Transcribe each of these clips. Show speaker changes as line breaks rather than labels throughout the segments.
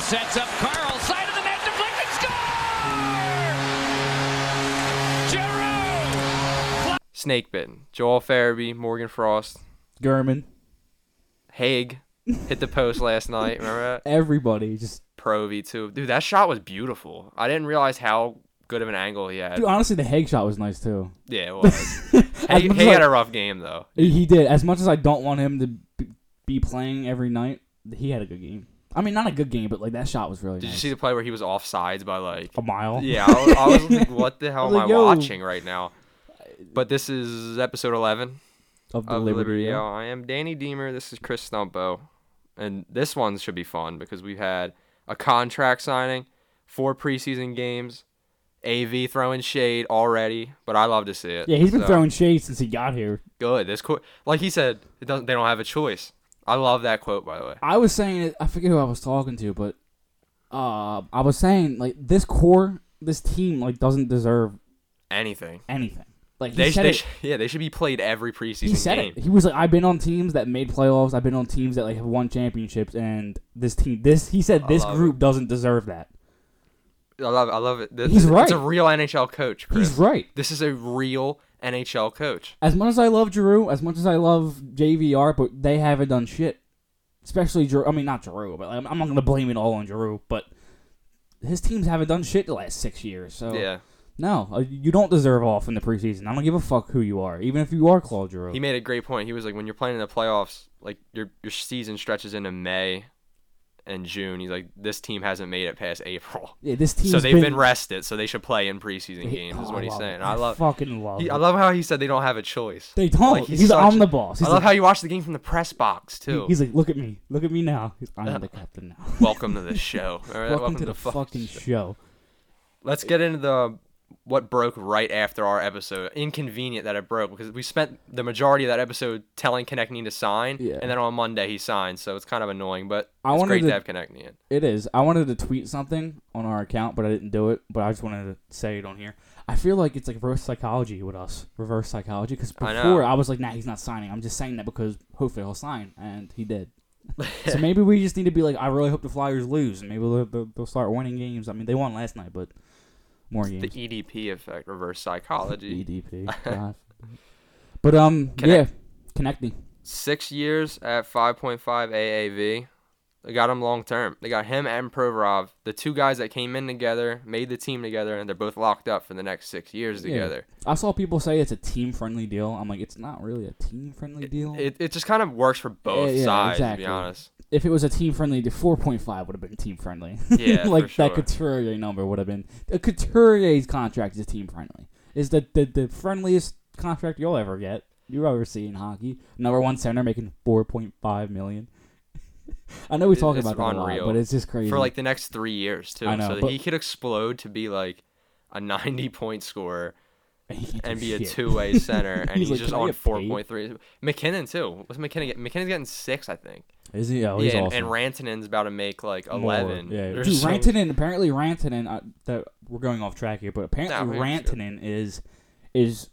sets up Carl. Side of the net, deflected, score! Giroux!
Snakebitten. Joel Farabee, Morgan Frost,
Gurman,
Haig hit the post last night. Remember that?
everybody just.
Provy too. Dude, that shot was beautiful. I didn't realize how good of an angle he had.
Dude, honestly, the Hague shot was nice too.
Yeah, it was.
As
he
much
he
as I-
had a rough game though.
He he did. As much as I don't want him to b- be playing every night, he had a good game. I mean, not a good game, but like that shot was really
Did you
nice.
see the play where he was off sides by like
a mile.
Yeah, I was, I was like, what the hell
I
am
was
I
like, yo.
watching right now? But this is episode 11
of the
of
Liberty.
Liberty.
yeah.
Yo, I am Danny Deemer. This is Chris Stumpo. And this one should be fun because we've had a contract signing, four preseason games, AV throwing shade already, but I love to see it.
Yeah, he's been
So,
throwing shade since he got here.
good. This quote, like he said, it doesn't, they don't have a choice. I love that quote, by the way.
I was saying it. I forget who I was talking to, but uh, I was saying like this core, this team like doesn't deserve
Anything.
anything. Like he
They, sh-
said
they
it.
sh- yeah, they should be played every preseason
he said
game.
it. He was like, "I've been on teams that made playoffs. I've been on teams that like have won championships, and this team, this he said,
I
this
love it.
group doesn't deserve that.
I love, I love it. This,
He's
It's a
right.
real NHL coach, Chris.
He's right.
This is a real NHL coach.
As much as I love Giroux, as much as I love JVR, but they haven't done shit. Especially Giroux. I mean, not Giroux, but I'm, I'm not gonna blame it all on Giroux, but his teams haven't done shit the last six years. So
Yeah.
No, uh, you don't deserve off in the preseason. I don't give a fuck who you are, even if you are Claude Giroux.
He made a great point. He was like, when you're playing in the playoffs, like your your season stretches into May and June. He's like, this team hasn't made it past April,
yeah, this team.
so they've been, rested, so they should play in preseason
He-
games.
oh,
Is
I
what he's
love it.
saying. I love.
fucking love.
He,
it.
I love how he said they don't have a choice.
they don't.
Like,
he's
he's such
on
a-
the ball.
I
He's
love
like,
how you watch the game from the press box
he-
too.
he's like, look at me, look at me now. He's- I'm the captain now.
Welcome to the show. Remember that?
Welcome, to, the,
fuck-
fucking show.
Let's get into the what broke right after our episode. Inconvenient that it broke because we spent the majority of that episode telling Konechny to sign,
Yeah.
and then on Monday he signed, so it's kind of annoying. But
I
it's
wanted
great to,
to-
have Konechny in.
It is. I wanted to tweet something on our account, but I didn't do it. But I just wanted to say it on here. I feel like it's like reverse psychology with us. Reverse psychology. Because
I know.
before I, was like, nah, he's not signing. I'm just saying that because hopefully he'll sign, and he did. so maybe we just need to be like, I really hope the Flyers lose, and maybe they'll, they'll, they'll start winning games. I mean, they won last night, but more
The
games.
EDP effect, reverse
E
psychology.
EDP. God. But um,
Connect-
yeah, connect me.
Six years at 5.5 AAV. They got him long term. They got him and Provorov, the two guys that came in together, made the team together, and they're both locked up for the next six years
Yeah.
together.
I saw people say it's a team friendly deal. I'm like, it's not really a team friendly deal.
It, it just kind of works for both
yeah,
sides,
exactly.
to be honest.
if it was a team friendly, the four point five would have been team friendly.
Yeah, for
like that
sure.
Couturier number would have been. The Couturier's contract is team friendly. Is the, the the friendliest contract you'll ever get. You ever see in hockey? Number one center making four point five million. I know we
It-
talk
it's
about that a
unreal.
lot, but it's just crazy.
for like the next three years too.
I know,
so
but-
he could explode to be like a 90 point scorer
He can't do
and be a
shit.
two way center, and
He's
he's,
like,
just
"Can I
on
get paid?"
4.3. McKinnon too. What's McKinnon? Get? McKinnon's getting six, I think.
Is he? Oh, he's
yeah, and,
awesome.
and Rantanen's about to make like
More.
11.
Yeah,
There's
dude,
so-
Rantanen. Apparently, Rantanen. Uh, that we're going off track here, but
Nah,
apparently,
we're good.
Rantanen is is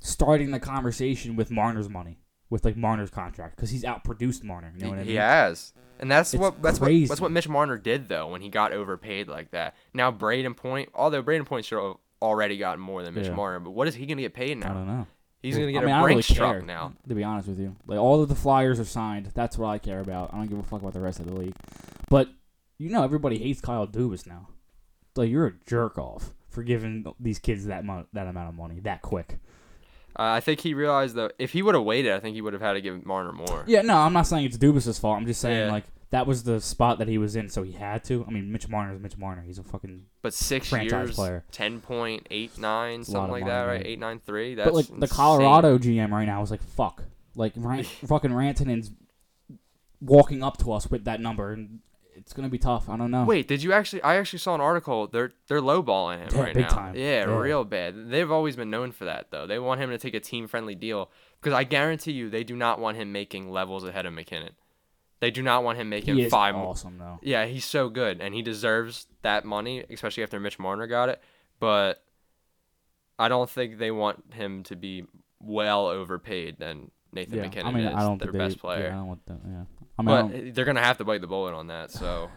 starting the conversation with Marner's money, with like Marner's contract, because he's outproduced Marner. You know what I
He
mean?
he has. And that's
It's
what that's what that's
crazy.
what Mitch Marner did though when he got overpaid like that. Now Braden Point, although Braden Point should have already gotten more than Mitch
Yeah.
Marner, but what is he gonna get paid
I
now?
don't know.
He's gonna get
I mean, I
a
don't
Brinks
really care,
truck now.
To be honest with you, like all of the Flyers are signed. That's what I care about. I don't give a fuck about the rest of the league. But you know, everybody hates Kyle Dubas now. Like you're a jerk off for giving these kids that mo- that amount of money that quick.
Uh, I think he realized though if he would have waited, I think he would have had to give Marner more.
Yeah, no, I'm not saying it's Dubas's fault. I'm just saying
Yeah.
like that was the spot that he was in, so he had to. I mean, Mitch Marner is Mitch Marner. He's a fucking.
But six
franchise
years,
player.
ten point eight nine,
a lot
something
of
like that,
money,
right?
right?
Eight nine three. That's
but like the
insane.
Colorado GM right now is like fuck. Like Rant, fucking Rantanen's walking up to us with that number, and it's gonna be tough. I don't know.
Wait, did you actually? I actually saw an article. They're they're lowballing him
Yeah,
right
big
now.
time.
Yeah,
Yeah.
real bad. They've always been known for that though. They want him to take a team friendly deal because I guarantee you they do not want him making levels ahead of McKinnon. They do not want him making
he is
five. more.
awesome though.
Yeah, he's so good, and he deserves that money, especially after Mitch Marner got it. But I don't think they want him to be well overpaid than Nathan
Yeah,
McKinnon
I mean,
is,
I don't
their
think they-
best player.
Yeah, I don't want that. Yeah, I mean,
but
I don't-
they're gonna have to bite the bullet on that. So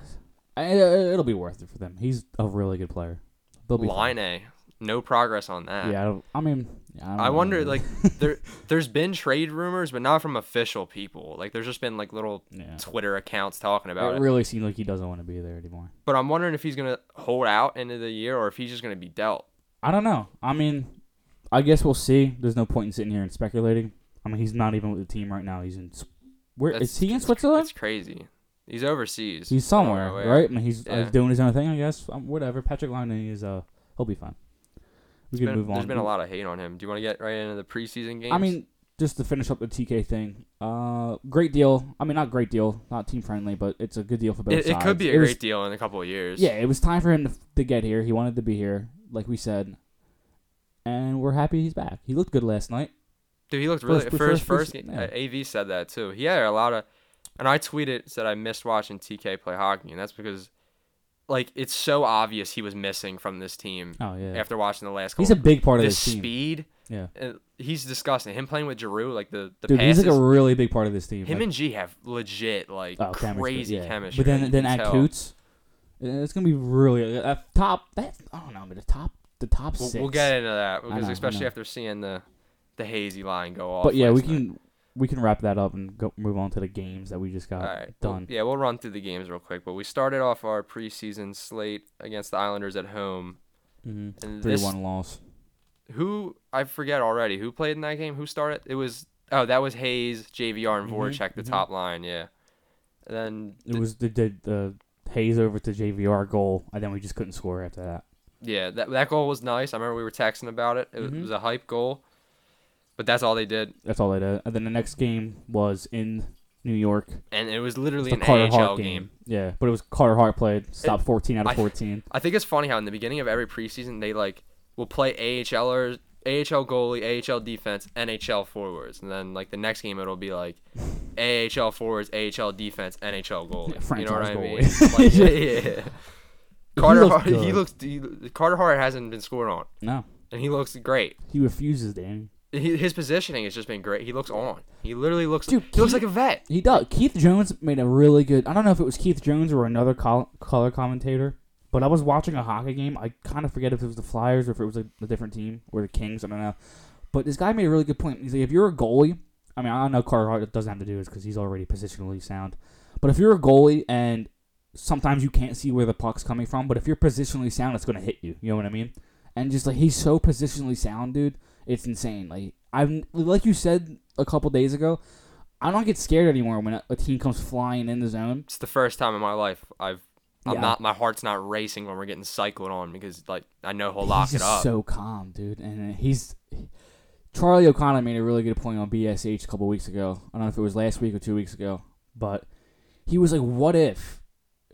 I, it'll be worth it for them. He's a really good player. They'll be fine.
Line A, no progress on that.
Yeah, I, don't, I mean, yeah, don't
I
know,
wonder,
man.
like, there there's been trade rumors, but not from official people. Like, there's just been like little
Yeah.
Twitter accounts talking about
it
it.
really seemed like he doesn't want to be there anymore.
But I'm wondering if he's gonna hold out into the year or if he's just gonna be dealt.
I don't know. I mean, I guess we'll see. There's no point in sitting here and speculating. I mean, he's not even with the team right now. He's in. S- Where is
That's-
he in
it's-
Switzerland?
It's crazy. He's overseas.
He's
I don't know
somewhere,
where.
right? I mean, he's uh,
Yeah.
doing his own thing, I guess. Um, whatever. Patrick Liney is. Uh, he'll be fine. We
There's
can
been-
move on.
There's been a lot of hate on him. Do you want to get right into the preseason games?
I mean, just to finish up the TK thing. Uh, great deal. I mean, not great deal. Not team friendly, but it's a good deal for both
it, it
sides.
could be a
was-
great deal in a couple of years.
Yeah, it was time for him to, to get here. He wanted to be here, like we said, and we're happy he's back. He looked good last night.
Dude, he looked really
First-
first. First,
first- first-
uh, AV said that too. He had a lot of, and I tweeted said I missed watching TK play hockey, and that's because, like, it's so obvious he was missing from this team
Oh yeah,
after watching the last.
he's a
couple-
big part of
the
this team.
speed.
Yeah,
uh, he's disgusting. Him playing with Giroux, like the the
dude,
passes.
he's like a really big part of this team.
him
like,
and G have legit like
oh,
crazy
yeah.
chemistry.
But then
like, you
then
can
add
tell.
Coots, uh, it's gonna be really uh, top. That I don't know, but the top the top
We'll,
6
we'll get into that
I
because
know, I
especially
know.
after seeing the the hazy line go off.
But yeah, we
last night.
can we can wrap that up and go move on to the games that we just got
All right.
uh, done.
yeah, we'll run through the games real quick, but we started off our preseason slate against the Islanders at home.
Mhm.
And
Three
this,
one loss.
who I forget already who played in that game. Who started? It was oh, that was Hayes, JVR, and
Mhm,
Voracek, the
mhm.
top line. Yeah. And then
It was the the, the Hayes over to JVR goal, and then we just couldn't score after that.
yeah, that that goal was nice. I remember we were texting about it. It was-
Mhm.
it was a hype goal, but that's all they did,
That's all they did. And then the next game was in New York.
and it was literally
The
an
Carter
AHL
Hart game.
game.
Yeah, but it was Carter Hart played. Stop 14 out of
I-
14.
I think it's funny how in the beginning of every preseason they like will play AHLers, AHL goalie, AHL defense, NHL forwards, and then like the next game it'll be like AHL forwards, AHL defense, NHL goalie. you
franchise
know what I mean?
goalie.
Like, yeah, yeah. Carter
looked
Hart, he
good.
looks. He, Carter Hart hasn't been scored on,
no,
and he looks great.
he refuses, Danny.
He, his positioning has just been great. He looks on. He literally looks.
Dude,
he looks
he-
like a vet.
He does. Keith Jones made a really good. I don't know if it was Keith Jones or another col- color commentator, but I was watching a hockey game. I kind of forget if it was the Flyers or if it was a, a different team or the Kings. I don't know. But this guy made a really good point. He's like, if you're a goalie, I mean, I know Carter Hart doesn't have to do this because he's already positionally sound. But if you're a goalie and sometimes you can't see where the puck's coming from, but if you're positionally sound, it's going to hit you. You know what I mean? And just like he's so positionally sound, dude, it's insane. Like I'm, like you said a couple days ago, I don't get scared anymore when a- a team comes flying in the zone.
It's the first time in my life I've. I'm
Yeah.
not. My heart's not racing when we're getting cycled on because like I know he'll
He's
lock it
just
up.
so calm, dude, and uh, he's Charlie O'Connor made a really good point on BSH a couple weeks ago. I don't know if it was last week or two weeks ago, but he was like, "What if?"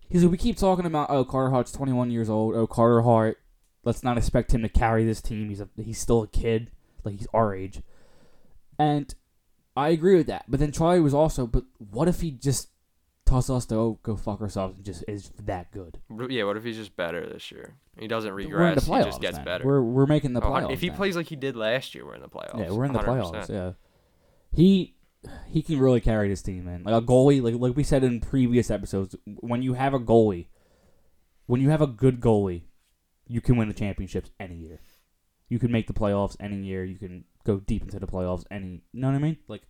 He's like, "We keep talking about oh Carter Hart's 21 years old. Oh Carter Hart, let's not expect him to carry this team. He's a he's still a kid, like he's our age." And I agree with that. But then Charlie was also, "But what if he just tosses us to oh, go fuck ourselves and just is that good?"
R- Yeah, what if he's just better this year? He doesn't
we're in the
regress.
playoffs.
He just gets
then.
better.
We're we're making the
Oh, hun-
playoffs.
if he
then.
plays like he did last year, we're in the playoffs.
yeah, we're in the
100%.
playoffs. Yeah, he he can really carry this team, man. Like a goalie, like like we said in previous episodes, when you have a goalie, when you have a good goalie, you can win the championships any year. You can make the playoffs any year. You can go deep into the playoffs any. You know what I mean? Like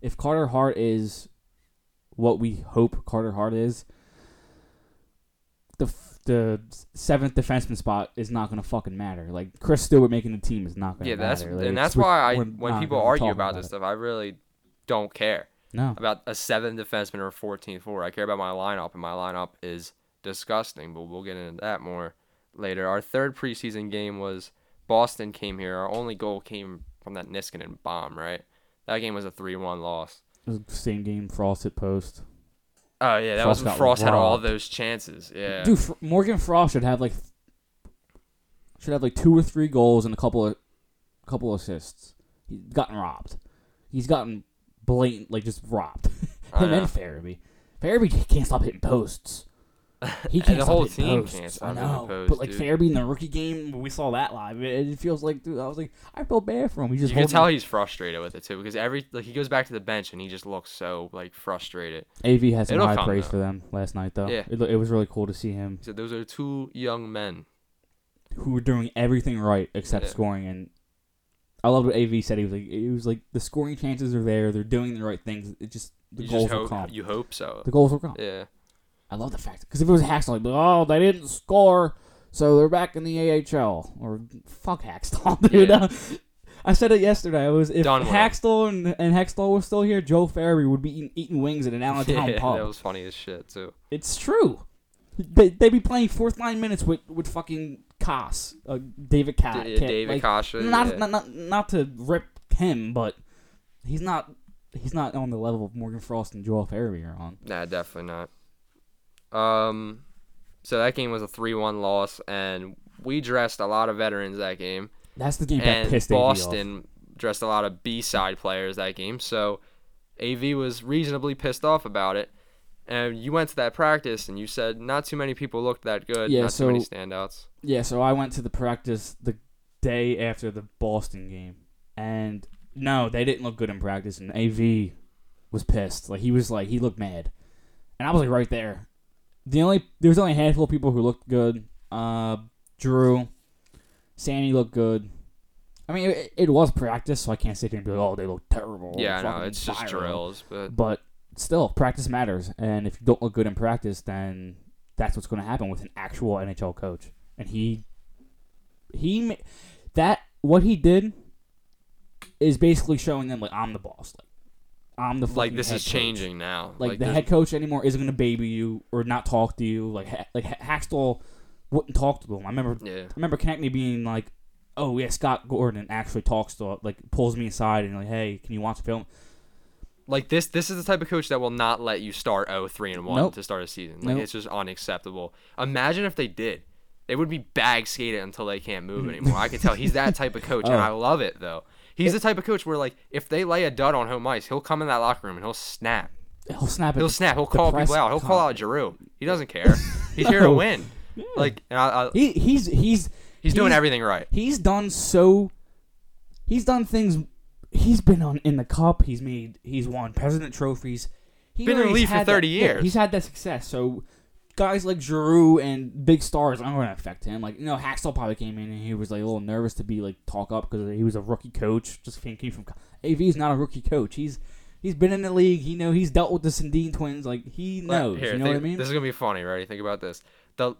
if Carter Hart is what we hope Carter Hart is, the f- the seventh defenseman spot is not going to fucking matter. Like Chris Stewart making the team is not going to
Yeah,
matter.
that's
Like,
and that's
it's-
why I
we're
when
not
people
gonna
argue
talk
about this stuff, I really don't care
No,
about a seven defenseman or a 14 forward. I care about my lineup, and my lineup is disgusting. But we'll get into that more later. Our third preseason game was Boston came here. Our only goal came from that Niskanen bomb. Right, that game was a 3-1 loss.
It was the same game Frost at post.
Oh yeah, that
Frost
was when
got
Frost had all
robbed.
those chances. Yeah.
Dude, Fr- Morgan Frost should have like should have like two or three goals and a couple of couple assists. He's gotten robbed. He's gotten blatant like just robbed.
I
Him
know.
and Farabee. Farabee can't stop hitting posts. He
And
can't
the
stop
whole
hitting
team
posts.
can't stop
I
hitting
know,
posts,
but like
dude.
Fairby in the rookie game, when we saw that live. It, it feels like, dude, I was like, I felt bad for him. He just
You can
holding-
tell he's frustrated with it too, because every like he goes back to the bench and he just looks so like frustrated.
AV had some
It'll
high
come,
praise
though.
for them last night, though.
Yeah.
It, lo- it was really cool to see him,
He said, "Those are two young men."
who were doing everything right except
Yeah.
scoring. And I loved what AV said. He was like, it was like the scoring chances are there. They're doing the right things. It just the
You
goals
just
will
hope
come.
you hope so.
the goals will come.
Yeah,
I love the fact because if it was Hackstall, I'd be like, oh, they didn't score, so they're back in the AHL or fuck Hackstall, dude.
Yeah.
I said it yesterday. I was if
Done with it.
Hackstall and, and Hextall were still here, Joe Farabee would be eating, eating wings at an Allentown
yeah
pub.
that was funny as shit too.
It's true. They they be playing fourth line minutes with with fucking Koss, uh, David Ka-
D- yeah,
Ka-
David
like,
Kasha.
Not,
yeah.
not not not to rip him, but he's not he's not on the level of Morgan Frost and Joel Farabee are on.
Nah, definitely not. Um, so that game was a three-one loss, and we dressed a lot of veterans that game,
That's the game that
and
pissed AV off.
Boston dressed a lot of B-side players that game. So AV was reasonably pissed off about it. And you went to that practice, and you said not too many people looked that good.
Yeah,
not too many
so-
standouts.
Yeah, so I went to the practice the day after the Boston game, and no, they didn't look good in practice, and AV was pissed. Like he was like he looked mad, and I was like right there. The only there was only a handful of people who looked good. Uh, Drew, Sandy looked good. I mean, it, it was practice, so I can't sit here and be like, "Oh, they look terrible."
yeah, I know
fucking
it's just
viral."
drills, but
But still, practice matters, and if you don't look good in practice, then that's what's going to happen with an actual NHL coach. And he, he, ma- that what he did is basically showing them like I'm the boss, like I'm the
like
fucking
this
head
is
coach."
changing now.
Like, the
there's-
head coach anymore isn't going to baby you or not talk to you. Like Ha- like Ha- Haxtell wouldn't talk to them. I remember
Yeah.
I remember Konechny being like, "Oh yeah, Scott Gordon actually talks to like pulls me aside and like, hey, can you watch the film?"
Like this this is the type of coach that will not let you start 0-3 and 1
Nope.
to start a season. Like
Nope.
it's just unacceptable. Imagine if they did. They would be bag skated until they can't
Mm.
move anymore. I can tell he's that type of
Oh.
coach and I love it though. He's the type of coach where like if they lay a dud on home ice, he'll come in that locker room and he'll snap.
He'll snap. at
He'll
the-
snap. He'll
the
call
press
people out. He'll call
con-
out Giroux. He doesn't care. He's here to win. Like and I, I,
He he's he's
he's doing everything right.
He's done so. He's done things. He's been on in the cup. He's made. He's won president trophies. He's
Been in the league for 30 years.
he's had that success. So guys like Giroux and big stars aren't going to affect him. Like you know, Haxtell probably came in and he was like a little nervous to be like talk up because he was a rookie coach. Just came, came from co- AV's not a rookie coach. He's he's been in the league. He know he's dealt with the Sandine twins. Like he
But
knows.
here,
you know
think-
what I mean?
This is gonna be funny, right? Think about this. The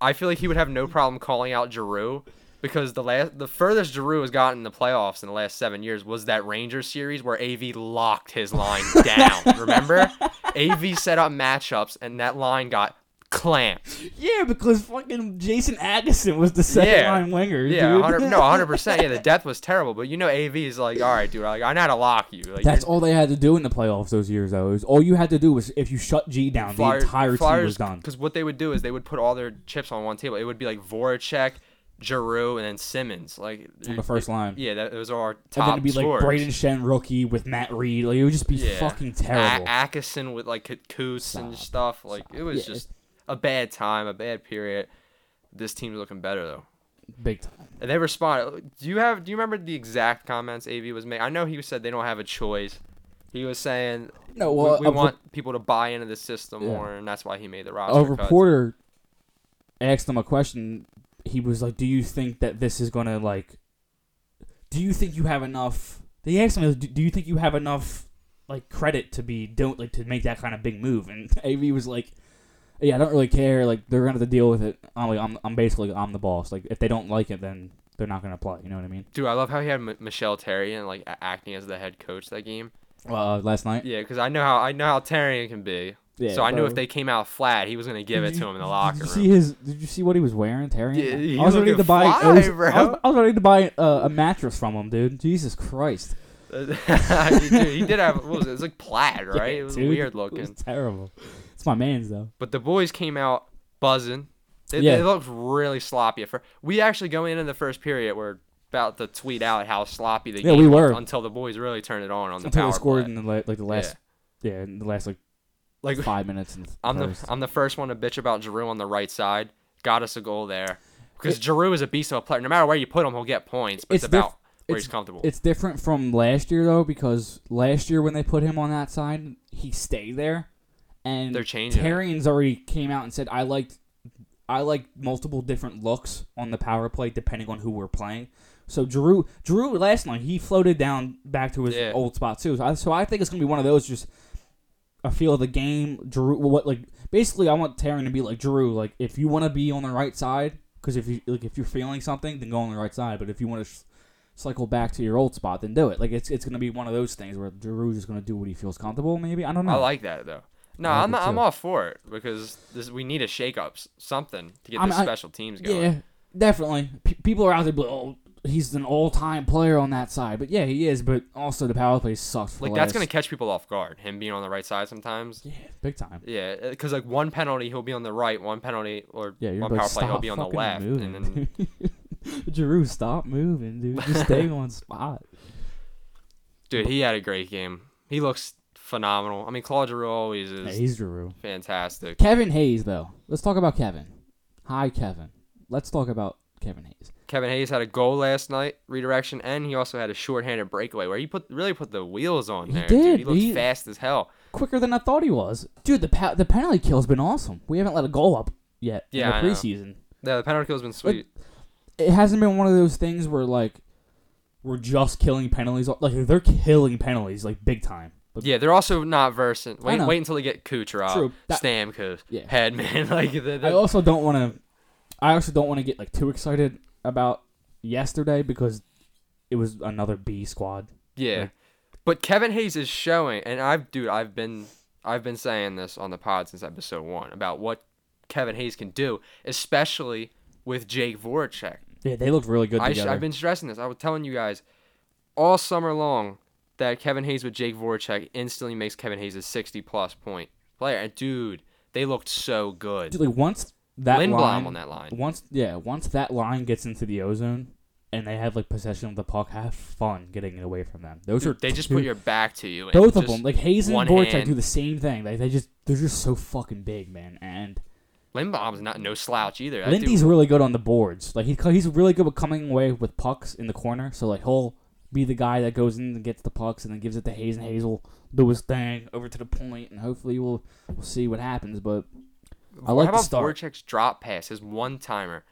I feel like he would have no problem calling out Giroux because the last, the furthest Giroux has gotten in the playoffs in the last seven years was that Rangers series where AV locked his line down. Remember, AV set up matchups and that line got clamped.
yeah, because fucking Jason Addison was the second
Yeah.
line winger.
Yeah,
dude.
100, no, 100. percent Yeah, the death was terrible, but you know AV is like, all right, dude, like, I know how to lock you. Like,
That's
you're-
all they had to do in the playoffs those years, though. Is all you had to do was if you shut G down, the entire team was done.
Because what they would do is they would put all their chips on one table. It would be like Voracek, Giroux, and then Simmons. Like
On the first line.
Yeah, that, those are our
And then
top
it'd be
scorers.
like Braden Shen rookie with Matt Reed. Like it would just be
Yeah. Ah.
fucking
A-
terrible.
Atkinson with like Coots and stuff. Like it was
Yeah.
just a bad time, a bad period. This team's looking better though.
Big time.
And they responded. Do you have? Do you remember the exact comments Av was making? I know he said they don't have a choice. He was saying,
No,
we-
well,
we,
a-
want people to buy into the system
Yeah.
more, and that's why he made the roster."
A
cuts.
reporter asked him a question. He was like, "Do you think that this is gonna like? Do you think you have enough?" They asked him, "Do- "Do you think you have enough like credit to be don't like to make that kind of big move?" And Av was like. Yeah, I don't really care. Like they're gonna have to deal with it. I'm like, I'm, I'm basically, I'm the boss. Like if they don't like it, then they're not gonna play. You know what I mean?
Dude, I love how he had M- Michelle Terry and like a- acting as the head coach that game.
Uh, last night.
Yeah, because I know how I know how Terry can be.
Yeah,
so I knew
bro.
if they came out flat, he was gonna give it to him in the locker
Did you
room.
see his? Did you see what he was wearing, Terry?
Yeah, he
I was
looked
ready to buy. I
fly,
was,
bro.
I was, I was ready to buy uh, a mattress from him, dude. Jesus Christ!
dude, he did have what was it? It was like plaid, right? it was
Dude,
weird
It
looking.
was terrible. It's my man's though.
But the boys came out buzzing. They,
Yeah.
they looked really sloppy at first. We actually go into the first period were about to tweet out how sloppy the
Yeah,
game
we
looked
were.
until the boys really turned it on on the
Until
power
they scored
play.
in the la- like the last, yeah. in the last like
Like
five minutes. And
I'm the I'm the first one to bitch about Giroud on the right side. Got us a goal there because Giroud is a beast of a player. No matter where you put him, he'll get points. But it's,
diff-
about where
it's-
he's comfortable.
It's different from last year though, because last year when they put him on that side, he stayed there, and
They're changing it.
Terrian's already came out and said, "I liked, I like multiple different looks on the power play depending on who we're playing." So Drew, Drew last night he floated down back to his
Yeah.
old spot too. So I, so I think it's gonna be one of those just a feel of the game. Drew, what like basically I want Taryn to be like Drew. Like if you want to be on the right side, because if you like if you're feeling something, then go on the right side. But if you want to sh- cycle back to your old spot, then do it. Like it's it's gonna be one of those things where Drew is gonna do what he feels comfortable. Maybe I don't know.
I like that though. No,
I like
I'm
it,
not, I'm
too.
all for it because this, we need a shake up, something to get
I'm-
the
I-
special teams going.
yeah, definitely. P- people are out there, but oh, he's an all time player on that side. But yeah, he is. But also the power play sucks. For
Like
the
that's
last-
gonna catch people off guard. Him being on the right side sometimes.
yeah, big time.
Yeah, because like one penalty he'll be on the right, one penalty or
Yeah, you're
one
about
power
to
play he'll
stop
be on the
fucking
left,
moving.
and then
Drew, stop moving, dude. Just stay in one spot.
dude, he had a great game. He looks phenomenal. I mean, Claude Giroux always
Yeah,
is
he's Drew.
fantastic.
Kevin Hayes, though. Let's talk about Kevin. Hi, Kevin. Let's talk about Kevin Hayes.
Kevin Hayes had a goal last night, redirection, and he also had a shorthanded breakaway where he put really put the wheels on
He
there.
did,
Dude. He looked
he-
fast as hell.
Quicker than I thought he was, dude. The pa- the penalty kill's been awesome. We haven't let a goal up yet
Yeah, I
in
know.
the preseason.
Yeah, the penalty kill's been sweet.
it hasn't been one of those things where like we're just killing penalties. Like they're killing penalties like big time. Like,
yeah, they're also not versing. Wait,
know.
wait until they get Kucherov,
True, that-
Stamkos,
Yeah.
Headman. Like the, the,
I also don't want to. I also don't want to get like too excited about yesterday because it was another B squad.
Yeah.
Like-
but Kevin Hayes is showing and I've dude, I've been I've been saying this on the pod since episode 1 about what Kevin Hayes can do, especially with Jake Voracek.
Yeah, they looked really good
I sh-
together.
I've been stressing this. I was telling you guys all summer long that Kevin Hayes with Jake Voracek instantly makes Kevin Hayes a 60 plus point player. And dude, they looked so good.
Dude, like once that
Lindblom
line,
on that line.
Once yeah, once that line gets into the ozone and they have like possession of the puck, have fun getting it away from them. Those are
They just
two-
put your back to you. and
both of
just-
them like Hayes and
one
Voracek
hand.
do the same thing. Like they just they're just so fucking big, man. And
Lindblom's not no slouch either. That dude-
Lindy's really good on the boards. Like he co- he's really good with coming away with pucks in the corner. So like he'll be the guy that goes in and gets the pucks and then gives it to Hayes and Hayes will do his thing over to the point and hopefully we'll we'll see what happens. But I like
How
the
about
start.
Voracek's drop pass, his one timer?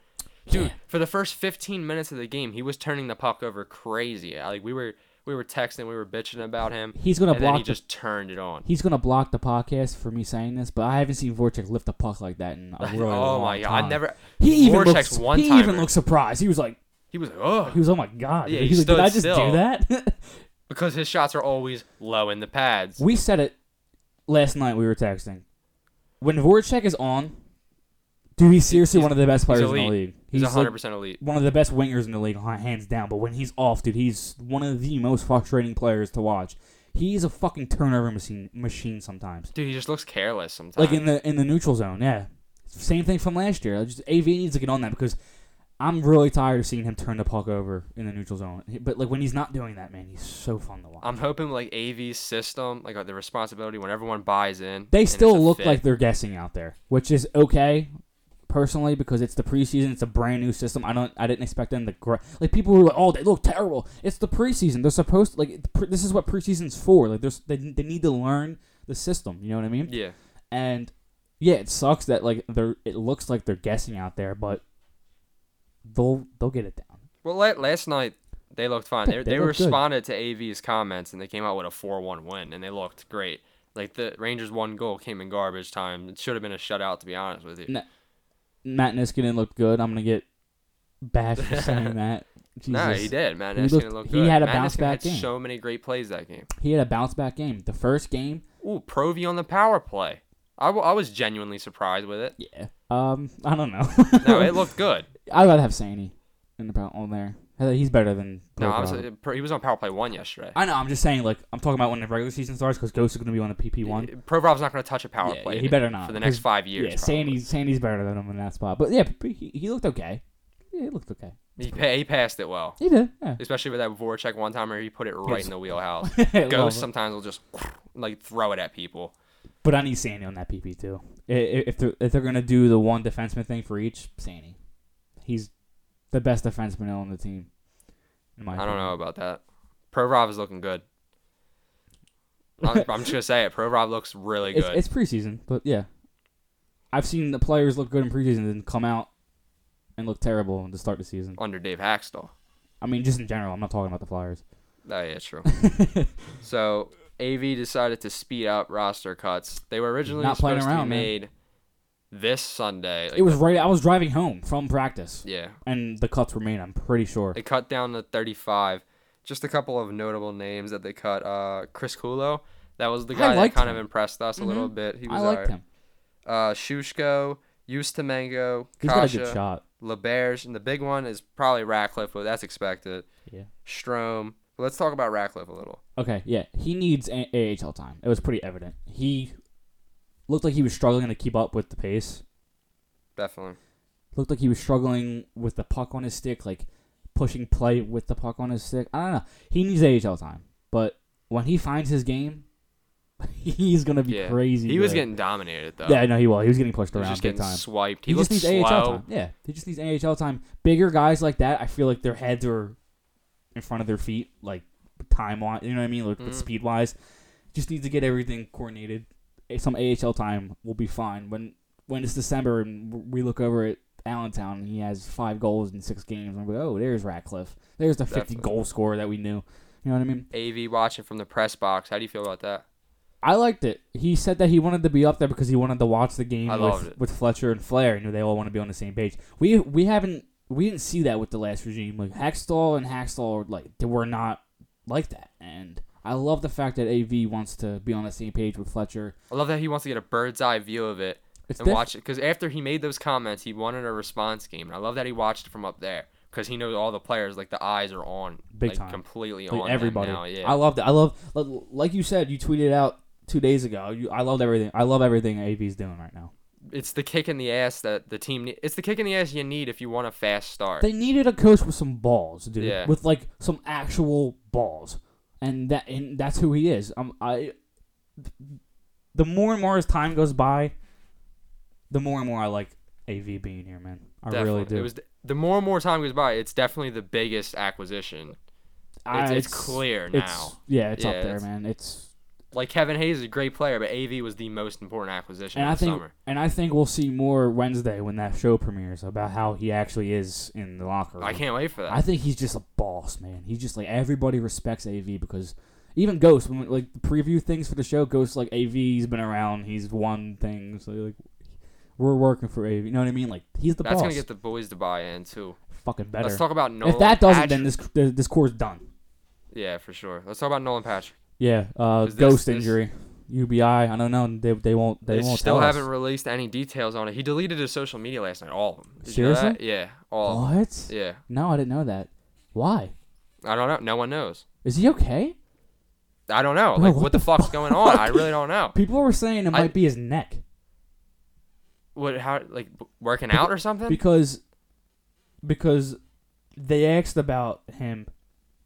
Dude,
Yeah.
for the first 15 minutes of the game, he was turning the puck over crazy. I- Like we were we were texting, we were bitching about him.
He's gonna
and
block
then he
the-
just turned it on.
He's gonna block the podcast for me saying this, but I haven't seen Voracek lift a puck like that in a really
oh
long
my god,
time.
I never
He even
Voracek's
looks,
one
he
timer.
even looked surprised. He was like,
he was like, "Oh."
he was, oh my god.
Yeah,
dude."
he
He's like, did
stood
I just do
still.
that?
because his shots are always low in the pads.
We said it last night. We were texting. When Voracek is on, dude, he's seriously
He's-
one of the best players in
elite.
the league.
He's
He's, like,
100% elite.
one of the best wingers in the league, ha- hands down. But when he's off, dude, he's one of the most frustrating players to watch. He's a fucking turnover machine. Machine sometimes,
Dude, he just looks careless sometimes.
like in the in the neutral zone. Yeah, same thing from last year. I Just AV needs to get on that because I'm really tired of seeing him turn the puck over in the neutral zone. But like when he's not doing that, man, he's so fun to watch.
I'm hoping like AV's system, like uh, the responsibility when everyone buys in.
They
and it's
still
a
look
fit.
like they're guessing out there, which is okay personally because it's the preseason. It's a brand new system. I don't. I didn't expect them to gr- like people were like, "Oh, they look terrible." It's the preseason. They're supposed to, like it- pre- this is what preseason's for. Like there's they, they need to learn the system. You know what I mean?
Yeah.
And yeah, it sucks that like they're it looks like they're guessing out there, but they'll they'll get it down.
Well, la- last night they looked fine.
Yeah,
They,
they
they,
looked good.
responded to AV's comments and they came out with a 4-1 win and they looked great. Like the Rangers one goal came in garbage time. It should have been a shutout to be honest with you.
No, Matt Niskanen looked good. I'm gonna get bashed for saying that. Jesus.
No, he did. Matt
He
Niskanen
looked-
looked,
he
good.
had a
Matt
bounce
Niskanen
back
had
game.
So many great plays that game.
He had a bounce back game. The first game,
Ooh, Provy on the power play. I, w- I was genuinely surprised with it.
Yeah. Um, I don't know.
No, it looked good.
I'd rather have Saney in the pow- on there. I think He's better than.
No, I was,
Prokhorov.
uh, he was on power play one yesterday.
I know. I'm just saying. Like, I'm talking about when the regular season starts because Ghost is going to be on the PP one.
Provorov's not going to touch a power
Yeah,
play.
yeah,
in
he
it
better not
for the next
'cause-
five years.
Yeah,
probably.
Sandy's Sandy's better than him in that spot. But yeah, p- he, he looked okay. Yeah, he looked okay.
He, pa- he passed it well,
He did. Yeah.
especially with that Voracek one time where he put it right in the wheelhouse.
Love it.
Ghosts sometimes will just like throw it at people.
But I need Sandy on that PP too. I- i- If they're if they're gonna do the one defenseman thing for each, Sandy, he's the best defenseman on the team. In my
I don't
opinion.
know about that. Provorov is looking good. I'm, I'm just gonna say it. Provorov looks really good.
It's, it's preseason, but yeah, I've seen the players look good in preseason and come out and look terrible to start the season.
under Dave Haxtell.
I mean, just in general, I'm not talking about the Flyers.
Oh yeah, true. so AV decided to speed up roster cuts. They were originally
Not playing
supposed to
around,
be
man.
made this Sunday. Like,
It was right. I was driving home from practice,
yeah.
and the cuts were made. I'm pretty sure.
They cut down to 35. Just a couple of notable names that they cut. Uh, Chris Kulo, that was the
I
guy that
liked
kind
him. Mm-hmm.
of impressed us a little bit. He was
I liked
alright.
him.
Uh, Shushko, Ustamango,
He's got a good
Kasha,
shot.
LeBerge, and the big one is probably Ratcliffe, but that's expected.
Yeah.
Strom. But let's talk about Ratcliffe a little.
Okay. Yeah. He needs a- AHL time. It was pretty evident. He looked like he was struggling to keep up with the pace.
Definitely.
looked like he was struggling with the puck on his stick, like pushing play with the puck on his stick. I don't know. He needs AHL time, but when he finds his game, he's gonna be
Yeah.
crazy.
He was
good.
getting dominated though.
yeah, no, he will. He was getting pushed
He was
around
just
big
getting
time.
swiped. He,
He, just
looked slow.
needs AHL time. Yeah, he just needs AHL time. Bigger guys like that, I feel like their heads are in front of their feet, like time wise. You know what I mean? Like
Mhm.
speed wise, just needs to get everything coordinated. Eh, Some AHL time will be fine. When when it's December and w- we look over at Allentown and he has five goals in six games, I'm like, oh, there's Ratcliffe. There's the 50
Definitely.
goal scorer that we knew. You know what I mean?
AV watching from the press box. How do you feel about that?
I liked it. He said that he wanted to be up there because he wanted to watch the game
I loved
with,
it.
with Fletcher and Flair. You know, they all want to be on the same page. We we haven't we didn't see that with the last regime. Like Hackstall and Hackstall, like they were not like that. And I love the fact that AV wants to be on the same page with Fletcher.
I love that he wants to get a bird's eye view of it
It's
and
diff-
watch it because after he made those comments, he wanted a response game, and I love that he watched it from up there because he knows all the players. Like the eyes are on,
Big
like,
time.
completely
like,
on them
everybody.
now. Yeah,
I love that. I love like, like you said. You tweeted out two days ago. You, I loved everything. I love everything AV's doing right now.
it's the kick in the ass that the team. Ne- it's the kick in the ass you need if you want a fast start.
They needed a coach with some balls, dude.
Yeah.
With like some actual balls, and that and that's who he is. Um, I. The more and more as time goes by, the more and more I like AV being here, man. I
Definitely.
really do.
It was the more and more time goes by, it's definitely the biggest acquisition.
I-
it's- it's clear
it's-
now.
yeah, it's
Yeah,
up there,
it's-
man. It's
Like Kevin Hayes is a great player, but AV was the most important acquisition
and
of
I
the
think
summer.
and I think we'll see more Wednesday when that show premieres about how he actually is in the locker room.
I can't wait for that.
I think he's just a boss, man. He's just like everybody respects AV because even Ghost, when we- like the preview things for the show, Ghost like AV's been around, he's won things. So like we're working for AV. You know what I mean? Like he's the
That's
boss.
gonna get the boys to buy in too.
fucking better.
Let's talk about Nolan.
if that doesn't,
Patrick.
then this th- this core's done.
yeah, for sure. Let's talk about Nolan Patrick.
Yeah, uh,
Is this-
Ghost
this-
injury, UBI. I don't know. They they won't they,
They,
won't
still
tell us.
haven't released any details on it. He deleted his social media last night. All of them. Did you know that?
Seriously?
Yeah, all. Of them.
What?
Yeah,
No, I didn't know that. Why?
I don't know. No one knows.
Is he okay?
I don't know.
Bro,
like,
what
what, the
the
fuck's going on? I
fuck?
really don't know.
People were saying it
I-
might be his neck
What? How? Like b- working out or something?
because because they asked about him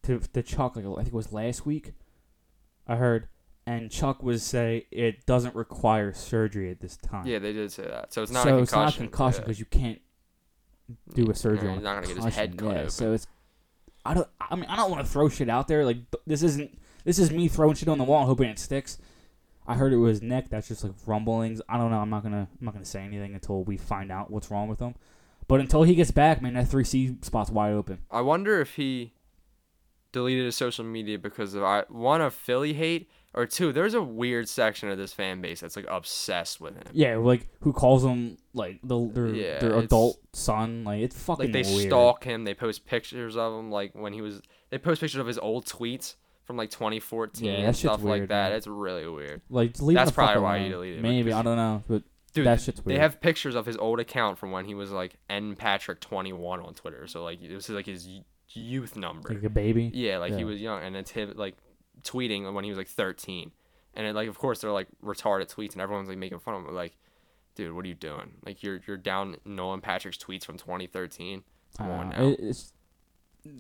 to to Chuck. Like I think it was last week. I heard, and Chuck was say it doesn't require surgery at this time.
Yeah, they did say that. So it's not
so
a
it's not a
concussion. Mm,
concussion because you can't do a surgery.
You're
on
not gonna get his
concussion.
head cut
Yeah,
open.
so it's. I don't. I mean, I don't want to throw shit out there. Like th- this isn't. This is me throwing shit on the wall and hoping it sticks. I heard it was neck. That's just like rumblings. I don't know. I'm not gonna. I'm not gonna say anything until we find out what's wrong with him. But until he gets back, man, that three C spot's wide open.
I wonder if he deleted his social media because of I one of Philly hate or two. There's a weird section of this fan base that's like obsessed with him.
Yeah, like who calls him like the their,
Yeah,
their
it's-
adult son? Like it's fucking
like they
weird.
stalk him. They post pictures of him, like when he was. They post pictures of his old tweets from like 2014
Yeah, that
and
shit's
stuff
weird,
like that.
man.
It's really weird,
Like leave
That's
the fuck
probably why
alone.
you deleted it,
Maybe
because-
I don't know, but
dude.
that shit's weird.
They have pictures of his old account from when he was like N Patrick 21 on Twitter. So like this is like his y- youth number.
like a baby.
yeah, like
yeah.
he was young, and it's him like tweeting when he was like 13, and it, like of course they're like retarded tweets, and everyone's like making fun of him. but, like, dude, what are you doing? Like you're you're down Nolan Patrick's tweets from 2013. Come on
Uh,
now.
it- it's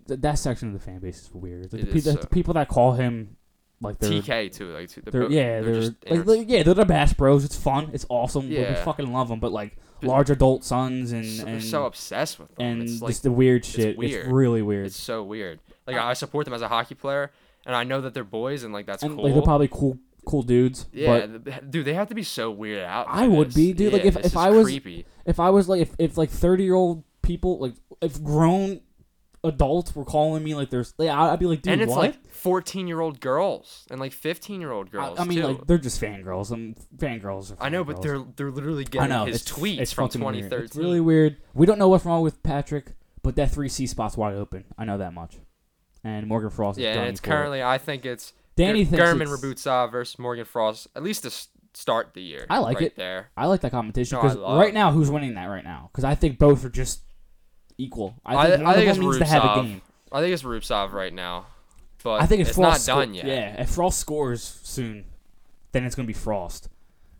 th- that section of the fan base is weird. Like,
It
the, pe-
is uh,
the
so.
people that call him Like they're,
TK too. Like to-
they're
both-
yeah, they're, like,
innocent.
like, yeah, they're the Bash Bros. It's fun. It's awesome. Like, we
Yeah.
fucking love them. But like
But-
large adult sons and
so, they're
and,
so obsessed with them.
and
it's like
just the weird shit. It's,
weird.
really weird.
it's so weird. Like I support them as a hockey player, and I know that they're boys, and like that's
and
cool.
like they're probably cool cool dudes.
yeah,
But
th- dude, they have to be so weirded out. by
I would
this.
be, dude. Like,
Yeah,
if-
this
if
is
I was-
creepy,
if I was like if, if like thirty year old people like if grown adults were calling me like there's like, I- I'd be like dude
and it's
what
like fourteen-year-old girls and like fifteen-year-old
I,
girls.
I mean
too.
like they're just fangirls and fangirls are
I know, but
fangirls.
they're they're literally
I
getting
know
his
it's,
tweets
it's
from
fucking weird.
2013.
It's really weird. We don't know what's wrong with Patrick, but that three C spot's wide open. I know that much. And Morgan Frost is
yeah, and
done
it's
for it.
currently I think it's
Danny thinks
German
it's-
Rabuzza versus Morgan Frost. At least to s- start the year.
I like
right
it.
there.
I like that competition
No, I
because
love-
right now, who's winning that right now? Because I think both are just equal. I
I-
think
I
one
think
of
it's
them needs to have a
Rublev.
game.
I think it's Rubsov right now, but
I think if
it's not
Frost sco-
done yet.
Yeah, if Frost scores soon, then it's gonna be Frost.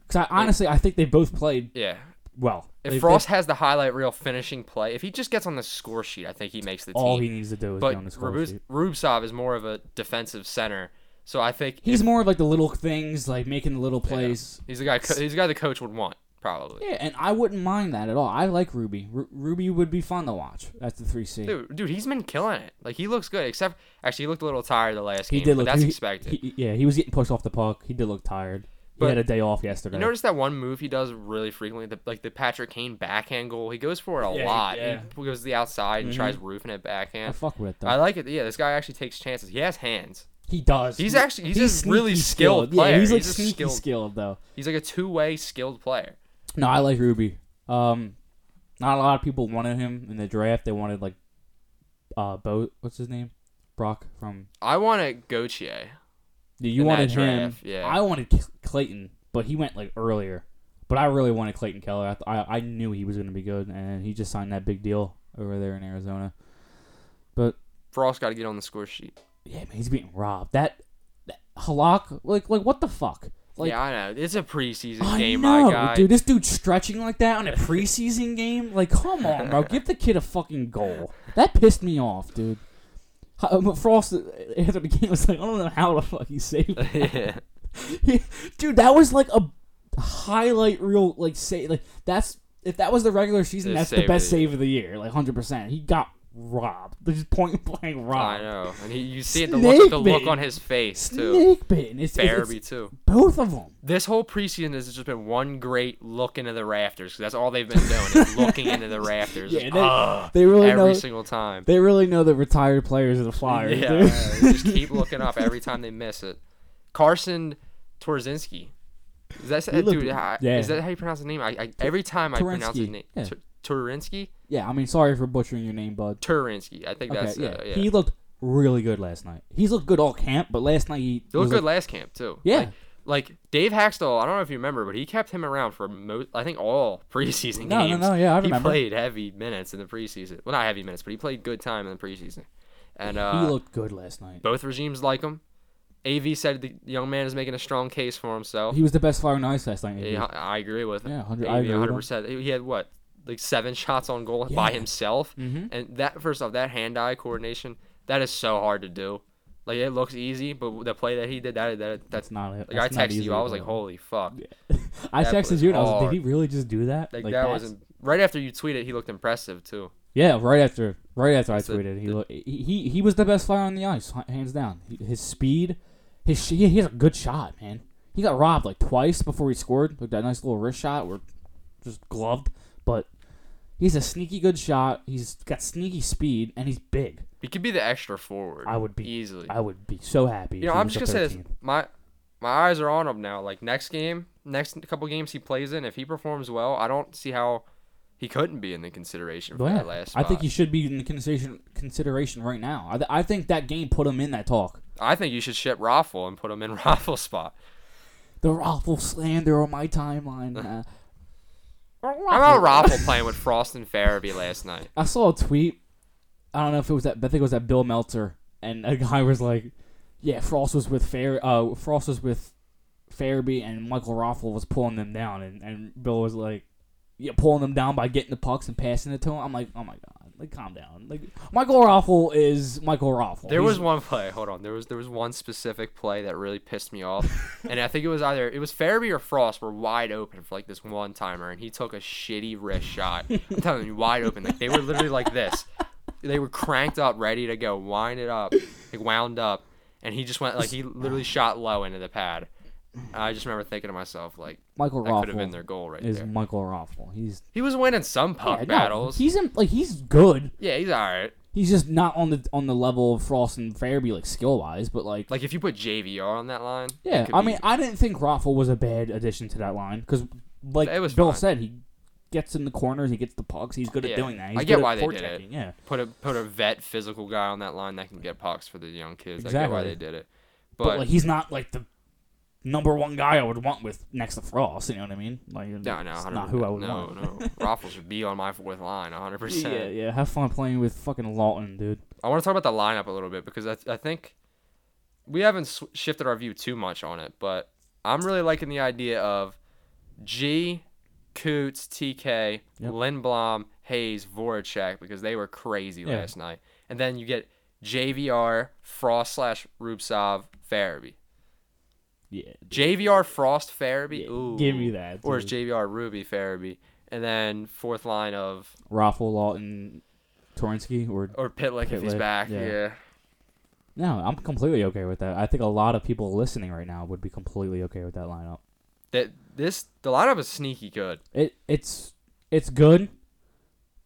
Because I honestly, I think they both played
Yeah.
well.
If
They- they-
Frost has the highlight reel finishing play, if he just gets on the score sheet, I think he makes the
all
team.
he needs to do is
but
be on the score sheet.
Rubuz- Rubsov is more of a defensive center, so I think
He's more of like the little things, like making the little plays.
he's the guy. Co- he's the guy the coach would want probably.
Yeah, and I wouldn't mind that at all. I like Ruby. Ru Ruby would be fun to watch. That's the three C.
Dude, dude, he's been killing it. Like he looks good, except actually he looked a little tired the last
He
game.
did
but
look.
that's
he-
expected.
he- yeah, he was getting pushed off the puck. He did look tired. he
But-
had a day off yesterday.
You notice that one move he does really frequently, the, like the Patrick Kane backhand goal. He goes for it a
Yeah,
lot.
yeah.
He goes to the outside and tries
Mm-hmm.
roofing it
I
backhand.
fuck with it though.
I like it. Yeah, this guy actually takes chances. He has hands.
he does.
He's
He-
actually- he's a really
sneaky
skilled
Yeah,
player.
he's like
He's a
sneaky skilled.
skilled-
though.
He's like a two-way skilled player.
No, I like Ruby. Um, not a lot of people wanted him in the draft. They wanted like, uh, Bo. What's his name? Brock from.
I want a Gauthier.
Yeah, you
In that
wanted him.
draft, yeah.
I wanted Cl- Clayton, but he went like earlier. But I really wanted Clayton Keller. I, th- I I knew he was going to be good, and he just signed that big deal over there in Arizona. But
Frost got to get on the score sheet.
yeah, man, he's being robbed. That, that Halak, like like what the fuck? Like
yeah, I know. It's a preseason
I
game,
know,
my guy.
dude. This dude stretching like that on a preseason game. Like, come on, bro. Give the kid a fucking goal. That pissed me off, dude. Ho- um, Frost uh, after the game was like, I don't know how the fuck he saved it,
yeah.
dude. That was like a highlight reel. Like, say, like that's if that was the regular season,
The
that's the
save of
best
the
save of the year. Like, hundred percent. He got robbed. They're just point blank
I
robbed.
know. And he, you see it, the look,
Snake
the look
bait.
on his face too.
Snake bitten. It's, it's,
Barabee
it's
too.
both of them.
This whole preseason has just been one great look into the rafters. 'cause that's all they've been doing is looking into the rafters.
Yeah,
Just,
they,
"Ugh,"
they really
every
know.
single time.
They really know the retired players of the Flyers,
Yeah,
dude.
they just keep looking up every time they miss it. Carson Torzinski. Is that,
He looked-
dude, I-
yeah.
is that how you pronounce the name? I, I every time I pronounce his
Torensky,
name,
yeah.
Tur- Turinsky,
Yeah, I mean, sorry for butchering your name, bud.
Turinsky. I think
Okay,
that's
yeah.
uh, yeah.
He looked really good last night. He's looked good all camp, but last night he,
He
was
looked good
like-
last camp too.
Yeah.
Like, like, Dave Haxtell, I don't know if you remember, but he kept him around for most, I think all preseason
No, no,
games.
no, yeah, I
He
remember.
played heavy minutes in the preseason. Well, not heavy minutes, but he played good time in the preseason. And uh,
he looked good last night.
both regimes like him. AV said the young man is making a strong case for himself.
He was the best Flyer on ice last night. maybe.
Yeah, I I agree with him.
Yeah, 100 I
Maybe
agree with him.
100%. He had what? Like seven shots on goal by
Yeah. Mm-hmm.
himself. And that, first off, that hand eye coordination, that is so hard to do. Like, it looks easy, but the play that he did, that, that that's
That's not it.
Like, I
That's not
texted
easy
you, I was
at
like,
all.
holy fuck.
I
that
texted
was
you, and I was like,
hard.
did he really just do that?
Like, that
that's-
wasn't. Right after you tweeted, he looked impressive, too.
Yeah, right after, right after I
It's the-
tweeted, he, looked, he he he was the best Flyer on the ice, h- hands down. He, his speed, his sh- he, he has a good shot, man. He got robbed like twice before he scored, like that nice little wrist shot, where just gloved. But he's a sneaky good shot. He's got sneaky speed, and he's big.
He could be the extra forward.
I would be
Easily.
I would be so happy.
you know, I'm just going to say this. My, my eyes are on him now. Like, next game, next couple games he plays in, if he performs well, I don't see how he couldn't be in the consideration for
Yeah,
that last
I think
spot.
he should be in the consideration consideration right now. I, th- I think that game put him in that talk.
I think you should ship Raffle and put him in Raffle's spot.
The awful slander on my timeline. uh,
How about Raffle playing with Frost and Farabee last night?
I saw a tweet. I don't know if it was that. I think it was that Bill Meltzer, and a guy was like, "Yeah, Frost was with Fair. Uh, Frost was with Fairby, and Michael Roffle was pulling them down." And, and Bill was like, "Yeah, pulling them down by getting the pucks and passing it to him." I'm like, "Oh my god!" Like, calm down. Like, Michael Roffle is Michael Roffle.
There
He's-
was one play. Hold on. There was there was one specific play that really pissed me off, and I think it was either it was Farabee or Frost were wide open for like this one timer, and he took a shitty wrist shot. I'm telling you, wide open. Like they were literally like this. They were cranked up, ready to go, wind it up, like wound up, and he just went like he literally shot low into the pad. I just remember thinking to myself like
Michael
that could have been
Roffle
their goal right
is
there.
Michael Roffle. He's
He was winning some puck
Yeah, no,
battles.
he's in, like he's good.
yeah, he's all right.
He's just not on the on the level of Frost and Fairby like skill wise, but like,
Like if you put JVR on that line, it
yeah.
could
I
be-
mean, I didn't think Roffle was a bad addition to that line because like
It was
Bill
fine.
said, he gets in the corners, he gets the pucks, he's good at
Yeah.
doing that.
I
He's
get
good
why
at
they did it.
forechecking, Yeah,
put a put a vet physical guy on that line that can get pucks for the young kids. I get why
Exactly.
they did it, but,
but, like he's not like the number one guy I would want with next to Frost. You know what I mean? Like,
no, no,
it's
100%.
not who I would
no,
want.
no. Raffles should be on my fourth line, 100.
Yeah,
percent
yeah. Have fun playing with fucking Lawton, dude.
I want to talk about the lineup a little bit because I, I think we haven't sw- shifted our view too much on it, but I'm really liking the idea of G, Coots, TK,
Yep.
Lindblom, Hayes, Voracek because they were crazy
Yeah.
last night, and then you get JVR, Frost slash Rubsov, Farabee.
Yeah,
JVR Frost Farabee. Ooh.
give me that,
Or is
dude.
JVR Ruby Farabee? And then fourth line of
Raffle, Lawton, Torinsky, or
or Pitlick, if he's
Pitlick,
back. Yeah.
yeah. No, I'm completely okay with that. I think a lot of people listening right now would be completely okay with that lineup.
That this the lineup is sneaky good,
It it's it's good.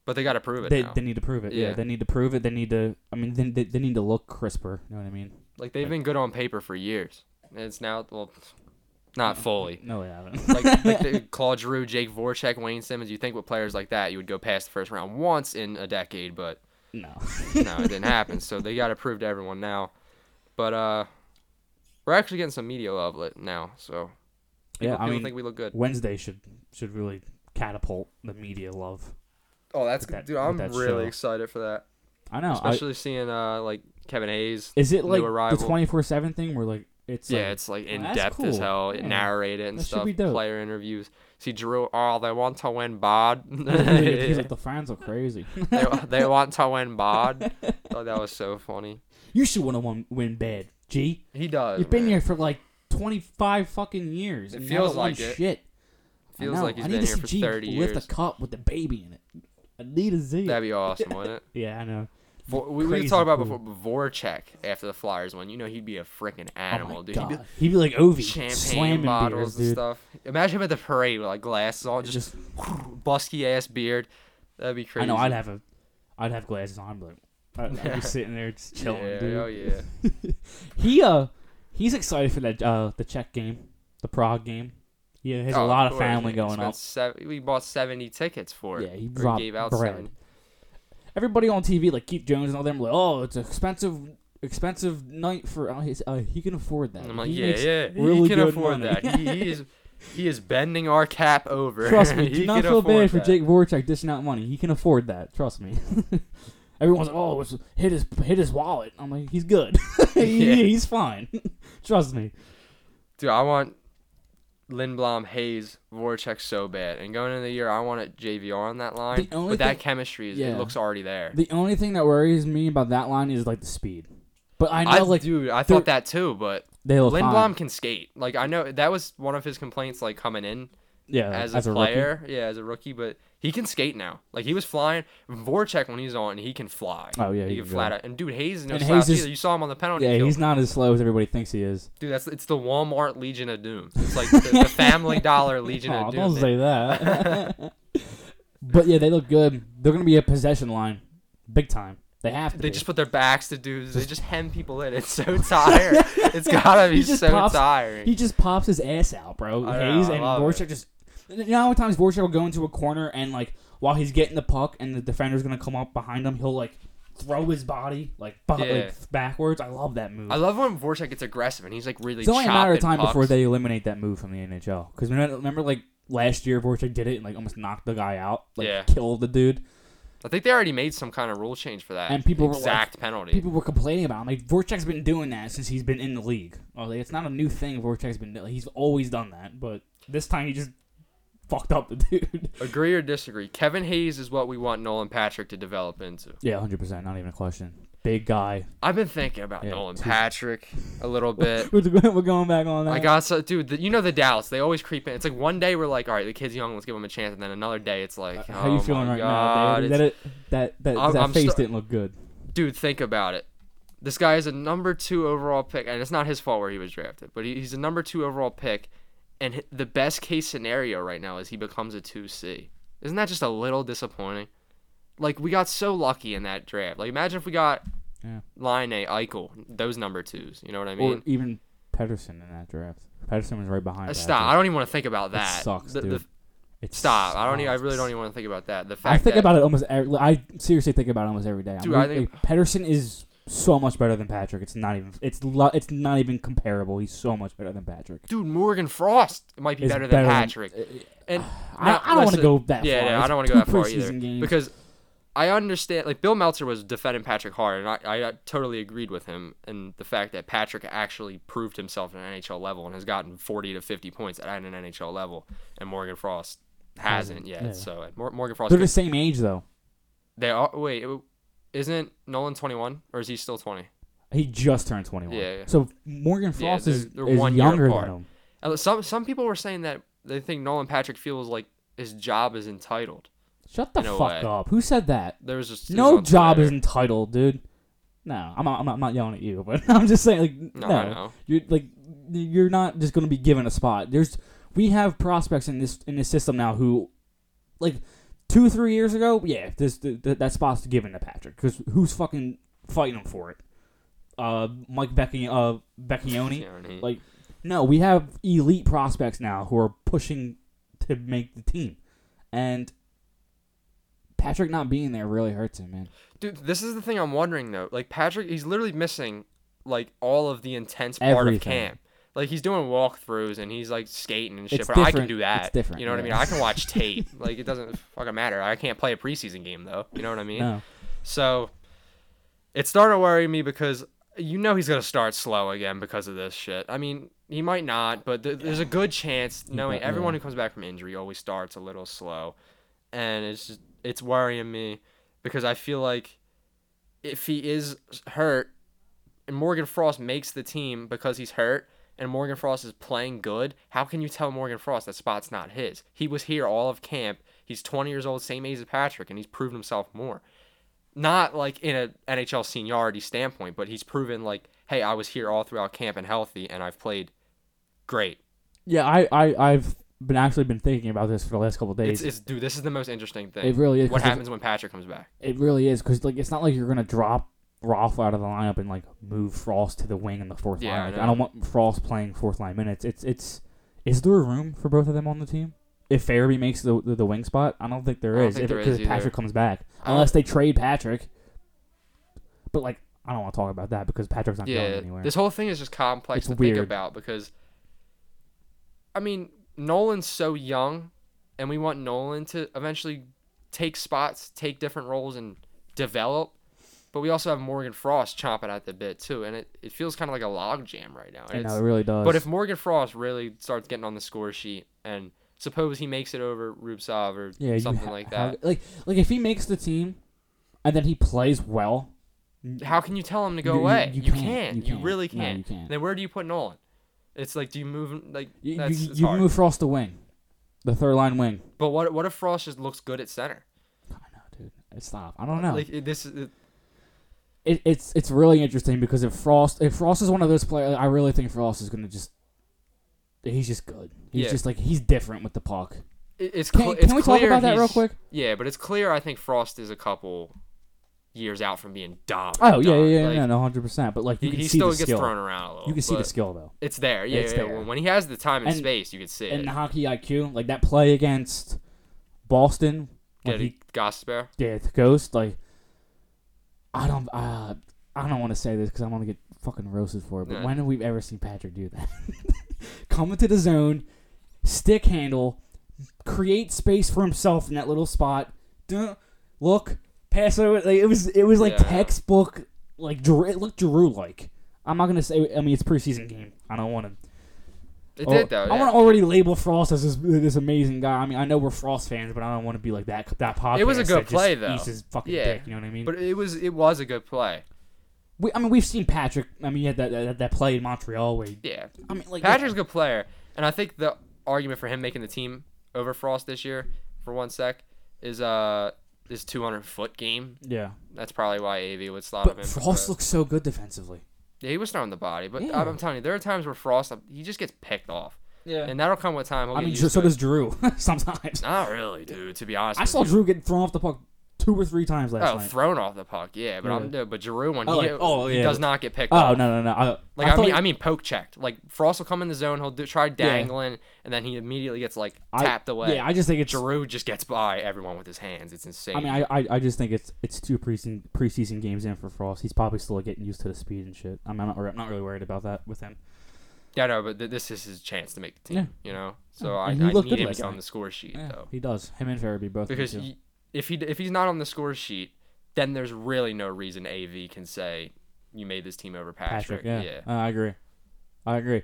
but they got to prove it
They,
now.
they need to prove it. Yeah.
Yeah.
they need to prove it. They need to. I mean, they, they, they need to look crisper. You know what I mean?
like they've been good on paper for years. And it's now well, not fully.
No, they haven't.
Like, like the, Claude Giroux, Jake Voracek, Wayne Simmons. You think with players like that, you would go past the first round once in a decade, but
no.
no, it didn't happen. So they got to prove to everyone now. But uh, we're actually getting some media love lit now. So
yeah,
people
I mean,
think we look good.
Wednesday should should really catapult the media love.
Oh, that's
with that-
dude.
with
I'm
that
really
show.
excited for that,
I know. I,
especially seeing uh like Kevin Hayes.
is it
new
like the
arrival.
twenty four seven thing where like it's
yeah,
like,
it's like
well,
in
that's
depth as
cool.
hell. It
Yeah.
narrated and
That should
stuff.
be dope.
Player interviews. See Drew. Oh, they want to win bod.
He's like
they,
the fans are crazy.
they want to win bod. Oh, that was so funny.
you should want to win bad. G.
He does.
You've been
man.
here for like 25 fucking years.
It
and you
feels
haven't won
like it.
Shit. I
Feels
know.
like he's
I need
been
to
here
see
for
G
30
lift
years.
a cup with a baby in it. I need a Z.
That'd be awesome, wouldn't it?
yeah, I know.
Vo- we we
Crazy
talked about
cool.
before Voracek after the Flyers won. You know he'd be a freaking animal,
oh my
dude. He'd
God.
be
He'd, be, like Ovi,
champagne
slamming
bottles
bottles
and
beers, dude.
stuff. Imagine him at the parade with like glasses on, just,
Just,
busky ass beard. That'd be crazy.
I know. I'd have a, I'd have glasses on, but I'd, I'd be sitting there just chilling,
yeah,
dude.
Oh yeah.
He uh, he's excited for that uh the Czech game, the Prague game. Yeah, has
Oh,
a lot of
course,
family
we
going
spent
up.
sev- we bought seventy tickets for it.
Yeah, he
Or
dropped
gave out
bread.
70.
everybody on TV, like Keith Jones and all them, like, oh, it's an expensive, expensive night for. Oh, he's, uh, he can afford that.
And I'm like,
He
yeah,
makes
yeah.
really
he can
good
afford
money."
that. He, he is, he is bending our cap over.
Trust me,
He
do not
can
feel bad
afford
for
that.
Jake Voracek dishing out money. He can afford that. Trust me. Everyone's like, oh, it's, hit his hit his wallet. I'm like, he's good. He-
Yeah.
he's fine. Trust me.
Dude, I want Lindblom, Hayes, Voracek so bad. And going into the year, I want it JVR on that line.
The only
But that
thing-
chemistry is
yeah.
it looks already there.
The only thing that worries me about that line is like the speed. But I know,
I,
like,
dude, I
they're-
thought that too, but
they look
Lindblom
fine.
can skate. Like I know that was one of his complaints, like coming in
yeah,
as,
Uh, as
a,
rookie.
player, yeah, as a rookie. But he can skate now. Like he was flying. Voracek when he's on, he can fly.
Oh, yeah,
he,
he
can
can
flat
go.
out. And dude, Hayes is no
And
slouch
Hayes is-
either. You saw him on the penalty
Yeah,
kill.
he's not as slow as everybody thinks he is.
Dude, that's it's the Walmart Legion of Doom. It's like the, the Family Dollar Legion
Aw,
of Doom.
don't
man.
say that. but yeah, they look good. They're gonna be a possession line, big time. They have to.
They
be.
just put their backs to dudes. They just hem people in. It's so tired. it's gotta
He
be
just
so
pops-
tiring.
he just pops his ass out, bro.
I know,
Hayes
I
and
love
Voracek just. You know how many times Voracek will go into a corner and like while he's getting the puck and the defender's gonna come up behind him, he'll like throw his body like, bu-
Yeah.
like backwards. I love that move.
I love when Voracek gets aggressive and he's like really.
it's only a matter of
chopping
time
pucks.
before they eliminate that move from the NHL. Because remember, remember, like last year, Voracek did it and like almost knocked the guy out, like
Yeah.
killed the dude.
I think they already made some kind of rule change for that.
And people were like-
exact penalty.
people were complaining about. him. like, Voracek's been doing that since he's been in the league. Oh, like, it's not a new thing. Voracek's been. He's always done that, but this time he just fucked up the dude.
Agree or disagree? Kevin Hayes is what we want Nolan Patrick to develop into.
Yeah, hundred percent. Not even a question. Big guy.
I've been thinking about
Yeah,
Nolan
two-
Patrick a little bit.
We're going back on that.
I got so, dude. The, you know the Dallas. They always creep in. It's like one day we're like, all right, the kid's young, let's give him a chance, and then another day it's like,
How you
oh
feeling
my
right
God,
now,
it's-
Dave? That it, that that,
I'm-
that
I'm
face
sta-
didn't look good.
dude, think about it. This guy is a number two overall pick, and it's not his fault where he was drafted, but he, he's a number two overall pick, and h- the best case scenario right now is he becomes a two C. Isn't that just a little disappointing? Like we got so lucky in that draft. Like imagine if we got
Yeah.
Line A, Eichel, those number twos. You know what I
Or
mean?
even Pederson in that draft. Pederson was right behind.
Uh, Stop. I
Patrick.
don't even want to think about that.
sucks,
The- the-
dude. It
stop. I don't. e- I
sucks.
really don't even want to think about that. The fact
I think
that,
about it almost. Every, I seriously think about it almost every day. I'm
Dude,
like,
I think-
like, Pedersen is so much better than Patrick. It's not even. It's lo- It's not even comparable. He's so much better than Patrick.
dude Morgan Frost might be
Is
better than
better than- Uh,
Patrick. and
I, I don't want to
listen-
go that
yeah,
far.
yeah, I
It's
don't want
two
to go that far either
preseason games.
because I understand. Like Bill Meltzer was defending Patrick hard, and I, I totally agreed with him. And the fact that Patrick actually proved himself at an NHL level and has gotten forty to fifty points at an NHL level, and Morgan Frost hasn't
Hasn't,
yet.
yeah.
So and Mor- Morgan Frost,
they're the
could-
same age though.
they are. Wait, it- isn't Nolan twenty one or is he still twenty?
He just turned 21.
Yeah, yeah.
So Morgan Frost
they're-
is,
they're
is
one year
younger than
apart.
him.
Uh, Some some people were saying that they think Nolan Patrick feels like his job is entitled.
Shut the
In a
fuck
way.
up. Who said that?
There was just it was
No
on
job is
Twitter.
entitled, dude. No, I'm not, I'm not, I'm not yelling at you, but I'm just saying, like,
No,
no,
I know.
you're like, you're not just gonna be given a spot. There's, we have prospects in this in this system now who, like, two three years ago, yeah, this th- th- that spot's given to Patrick because who's fucking fighting him for it? Uh, Mike Becchi- uh, Vecchione.
Yeah, and he-
Like, no, we have elite prospects now who are pushing to make the team, and Patrick not being there really hurts him, man.
Dude, this is the thing I'm wondering though. Like Patrick, he's literally missing like all of the intense part of
Everything.
camp. Like he's doing walkthroughs and he's like skating and shit,
It's
but I can
different.
do that.
It's different,
You know what I mean?
yeah.
I can watch tape. like it doesn't fucking matter. I can't play a preseason game though. You know what I mean?
No,
So it started worrying me because you know he's gonna start slow again because of this shit. I mean, he might not, but th- there's a good chance. Knowing
bet-
everyone
yeah.
who comes back from injury always starts a little slow, and it's just, it's worrying me because I feel like if he is hurt, and Morgan Frost makes the team because he's hurt. And Morgan Frost is playing good. How can you tell Morgan Frost that spot's not his? He was here all of camp. He's 20 years old, same age as Patrick, and he's proven himself more not like in an NHL seniority standpoint, but he's proven like, hey, I was here all throughout camp and healthy, and I've played great.
yeah, I, I, I've been actually been thinking about this for the last couple of
It's,
days.
it's dude, this is the most interesting thing.
it really is.
what
'cause it's-
happens when Patrick comes back?
It really is because like it's not like you're gonna drop Roth out of the lineup and like move Frost to the wing in the fourth
Yeah, I
line. Like,
know.
I don't want Frost playing fourth line minutes. It's it's is there room for both of them on the team? If Farabee makes the, the the wing spot, I don't think
I
there
don't
is.
think
If,
there
because
is
if Patrick
either.
comes back,
I
unless they trade Patrick. But like I don't want to talk about that because Patrick's not going
Yeah,
anywhere.
this whole thing is just complex
It's
to
weird.
think about because, I mean, Nolan's so young, and we want Nolan to eventually take spots, take different roles, and develop. But we also have Morgan Frost chomping at the bit too, and it, it feels kind of like a logjam right now.
I
And
know,
it's,
it really does.
But if Morgan Frost really starts getting on the score sheet, and suppose he makes it over Rubsov or
yeah, you
something
ha-
like
have-
that,
like like if he makes the team, and then he plays well,
how can you tell him to go
You- you-
away?
you
You,
can't.
can't.
You
You,
can't.
really
No, you
can't.
can't.
Then where do you put Nolan? It's like, do you move him- like
you you,
that's it's
you
hard.
move Frost to wing, the third line wing.
But what what if Frost just looks good at center?
I know, dude. It's Stop. I don't know.
Like it- this is
it, it's it's really interesting because if Frost if Frost is one of those players, I really think Frost is gonna just he's just good. He's
Yeah.
just like he's different with the puck.
it- it's
Can,
cl-
can
it's
we talk
clear
about that real
he's-
quick?
Yeah, but it's clear I think Frost is a couple years out from being dominant.
Oh yeah, yeah,
dominant.
yeah,
Like,
no, no, hundred percent. But like you
He,
can
he
see
still
the
gets
skill.
thrown around a little.
you can see the
but
skill though.
It's there. Yeah,
It's
yeah, yeah.
there.
When he has the time and,
And-
space, you can see
And the
it.
hockey IQ, like that play against Boston, when
Get
he
it, Gosper.
yeah, the ghost. Like, I don't, uh, I don't want to say this because I'm gonna get fucking roasted for it. But
Nah.
when have we ever seen Patrick do that? Come into the zone, stick handle, create space for himself in that little spot. Duh, look, pass it over. Like, it was, it was like
Yeah.
textbook, like Drew, it looked Drew like. I'm not gonna say. I mean, it's preseason game. I don't want to
It
Oh,
did though.
I
yeah.
want to already label Frost as this, this amazing guy. I mean, I know we're Frost fans, but I don't want to be like that. That podcast.
It was a good
that just
play, though.
Eats his fucking
Yeah.
dick. You know what I mean?
But it was it was a good play.
we, I mean, we've seen Patrick. I mean, he had that that, that play in Montreal where. He,
Yeah.
I mean, like
Patrick's a good player, and I think the argument for him making the team over Frost this year, for one sec, is uh this 200 foot game.
Yeah,
That's probably why Av would slot him.
but
in for
Frost
the-
looks so good defensively.
yeah, he was throwing the body, but
Yeah.
I'm, I'm telling you, there are times where Frost he just gets picked off,
Yeah.
and that'll come with time. He'll
I
get
mean,
used
so, so
to it.
does Drew sometimes.
Not really, dude. To be honest,
I
with
saw
you.
Drew get thrown off the puck two or three times last
Oh,
night.
thrown off the puck, yeah. But I'm
Yeah.
no, but Giroux when
Oh,
he,
like- oh,
he
yeah.
does not get picked.
oh no
off.
no no! I,
Like
I,
I,
thought
mean,
he-
I mean, poke checked. Like Frost will come in the zone. He'll do, try dangling, and then he immediately gets like
I-
tapped away.
Yeah, I just think it's.
Giroux just gets by everyone with his hands. It's insane.
I mean, I, I, I just think it's it's two preseason preseason games in for Frost. He's probably still getting used to the speed and shit. I'm not wor- I'm not really worried about that with him.
yeah, no, but th- this is his chance to make the team.
Yeah.
You know, so
Yeah,
I, I
and he looked
need
good
him
last
to get on
night.
the score sheet
Yeah,
though,
he does. Him and Farabee both. do
because
too.
he, if he if he's not on the score sheet, then there's really no reason Av can say you made this team over Patrick.
Patrick, yeah, Uh, I agree. I agree,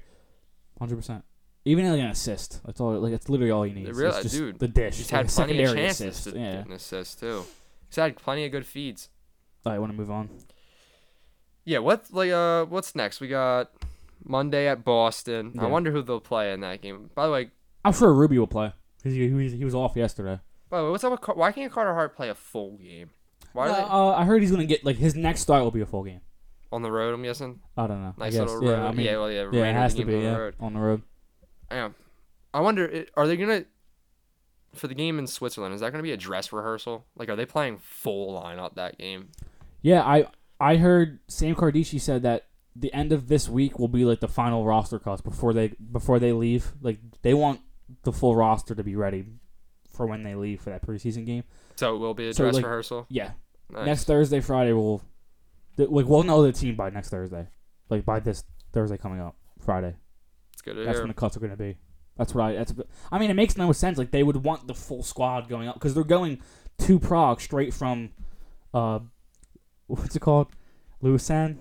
hundred percent. Even like an assist, that's all. Like that's literally all he needs.
real-
It's just
dude,
the dish.
He's
like
had
a
plenty of
secondary
chances
assist.
to
yeah.
get an assist too. He's had plenty of good feeds.
I want to move on.
Yeah, what's like uh what's next? We got Monday at Boston. I
Yeah.
wonder who they'll play in that game. By the way,
I'm sure Ruby will play because he, he, was- he was off yesterday.
by the way, what's up with Car- why can't Carter Hart play a full game? Why
Uh,
are they
uh, I heard he's gonna get like his next start will be a full game.
on the road? I'm guessing.
I don't know.
Nice
I guess.
little road.
Yeah, I mean,
yeah, well, yeah,
yeah, it
random
has to
game
be
on the
yeah,
road.
on the road.
Yeah. I wonder i- are they gonna for the game in Switzerland? Is that gonna be a dress rehearsal? Like, are they playing full lineup that game?
Yeah, I I heard Sam Cardici said that the end of this week will be like the final roster cuts before they before they leave. Like they want the full roster to be ready for when they leave for that preseason game.
So it will be a
So,
dress
like,
rehearsal.
Yeah,
Nice.
next Thursday, Friday we'll th- like we'll know the team by next Thursday, like by this Thursday coming up, Friday.
It's good to
That's when
hear.
the cuts are going to be. That's what I. That's. I mean, it makes no sense. Like they would want the full squad going up because they're going to Prague straight from, uh, what's it called, Lausanne.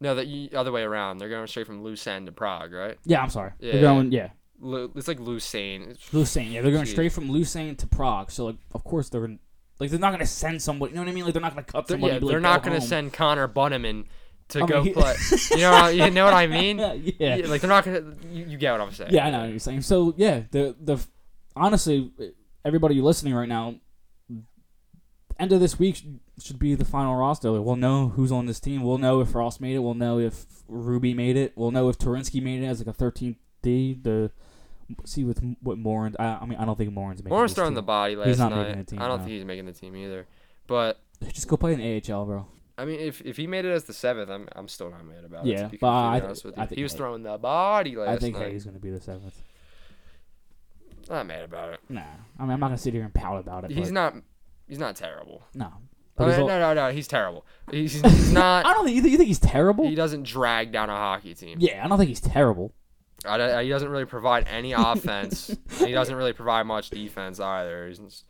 No, the y- other way around. They're going straight from Lucerne to Prague, right?
Yeah, I'm sorry.
Yeah.
They're going. Yeah,
Lu- it's like Lucerne. It's-
Lucerne. Yeah, they're going
Jeez.
straight from Lucerne to Prague. So like, of course they're gonna, like they're not going to send somebody. You know what I mean? Like they're not going to cut
They're,
somebody.
yeah,
and be
they're
like,
not
"Go
going to
home."
send Connor Bunneman to
I mean,
go
he-
play. You know, you know what I mean?
Yeah, yeah.
Yeah, like they're not going to. You, you get what I'm saying?
Yeah, I know what you're saying. So yeah, the the honestly, everybody listening right now, end of this week sh- should be the final roster. Like, we'll know who's on this team. We'll know if Ross made it. We'll know if Ruby made it. We'll know if Torinsky made it as like a 13th D. The see with M- what Morin. I, I mean, I don't think Morin's making.
Morris
this
throwing the
team.
body last
He's not
night.
making the team,
I don't
no.
think he's making the team either. But
Just go play in AHL, bro.
I mean, if if he made it as the seventh, I'm I'm still not mad about it.
Yeah,
to be
but
completely
I th-
honest with
I
you.
think
he was
Hay-
throwing the body last
I think
night.
Hayes gonna be the seventh.
Not mad about it.
Nah, I mean, I'm not gonna sit here and pout about it.
He's
but,
not. He's not terrible.
No,
Oh,
but he's
yeah,
all-
no, no, no. He's terrible. He's, he's not.
I don't think you think, you think he's terrible.
He doesn't drag down a hockey team.
yeah, I don't think he's terrible.
I don't- he doesn't really provide any offense. and he doesn't really provide much defense either. He's just-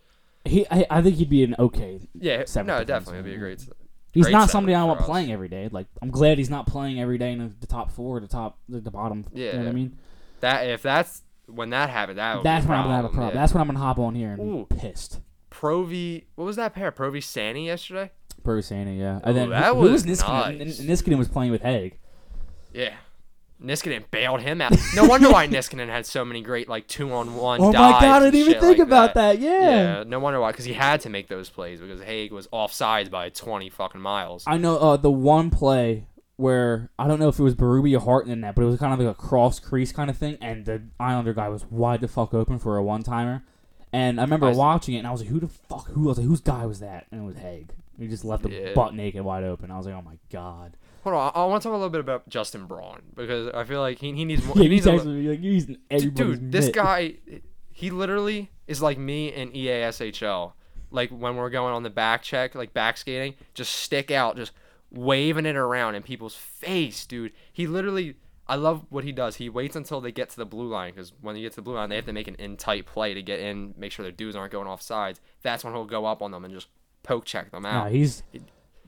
He, I, I think he'd be an okay
yeah,
Seventh
no,
defenseman,
definitely, it'd be a
yeah.
great. s-
He's
Great
not
setup
somebody I want
for us.
playing every day. Like I'm glad he's not playing every day in the- the top four, the top, the, the bottom. you know what
Yeah.
I mean.
That if that's when that happened, that would
That's
be
when
a
I'm gonna
problem.
have a problem.
Yeah.
That's when I'm gonna hop on here and
Ooh.
be pissed.
Provi. What was that pair? Provi Sani yesterday.
Probably saying it, yeah. And then
Ooh, Oh, that
who- who was
was
Niskanen?
nice.
N- Niskanen was playing with Haig.
Yeah. Niskanen bailed him out. No wonder why Niskanen had so many great like two on one.
Oh my god, I didn't even think about that. Yeah.
Yeah, no wonder why, because he had to make those plays because Haig was offsides by twenty fucking miles.
I know uh, the one play where I don't know if it was Berube or Hart in that, but it was kind of like a cross crease kind of thing, and the Islander guy was wide the fuck open for a one timer. And I remember
I s-
watching it, and I was like, "Who the fuck? Who I was like, whose guy was that?" And it was Haig. He just left him
Yeah.
butt naked, wide open. I was like, "Oh my god!"
Hold on, I, I want to talk a little bit about Justin Braun because I feel like he, he needs more.
Yeah,
he
you
needs a
texted
li-
me, like, you're using everybody's
dude. This
mitt.
guy, he literally is like me in E EASHL. Like when we're going on the back check, like back skating, just stick out, just waving it around in people's face, dude. He literally. I love what he does. He waits until they get to the blue line because when they get to the blue line, they have to make an in tight play to get in, make sure their dudes aren't going off sides. That's when he'll go up on them and just poke check them out.
Nah, he's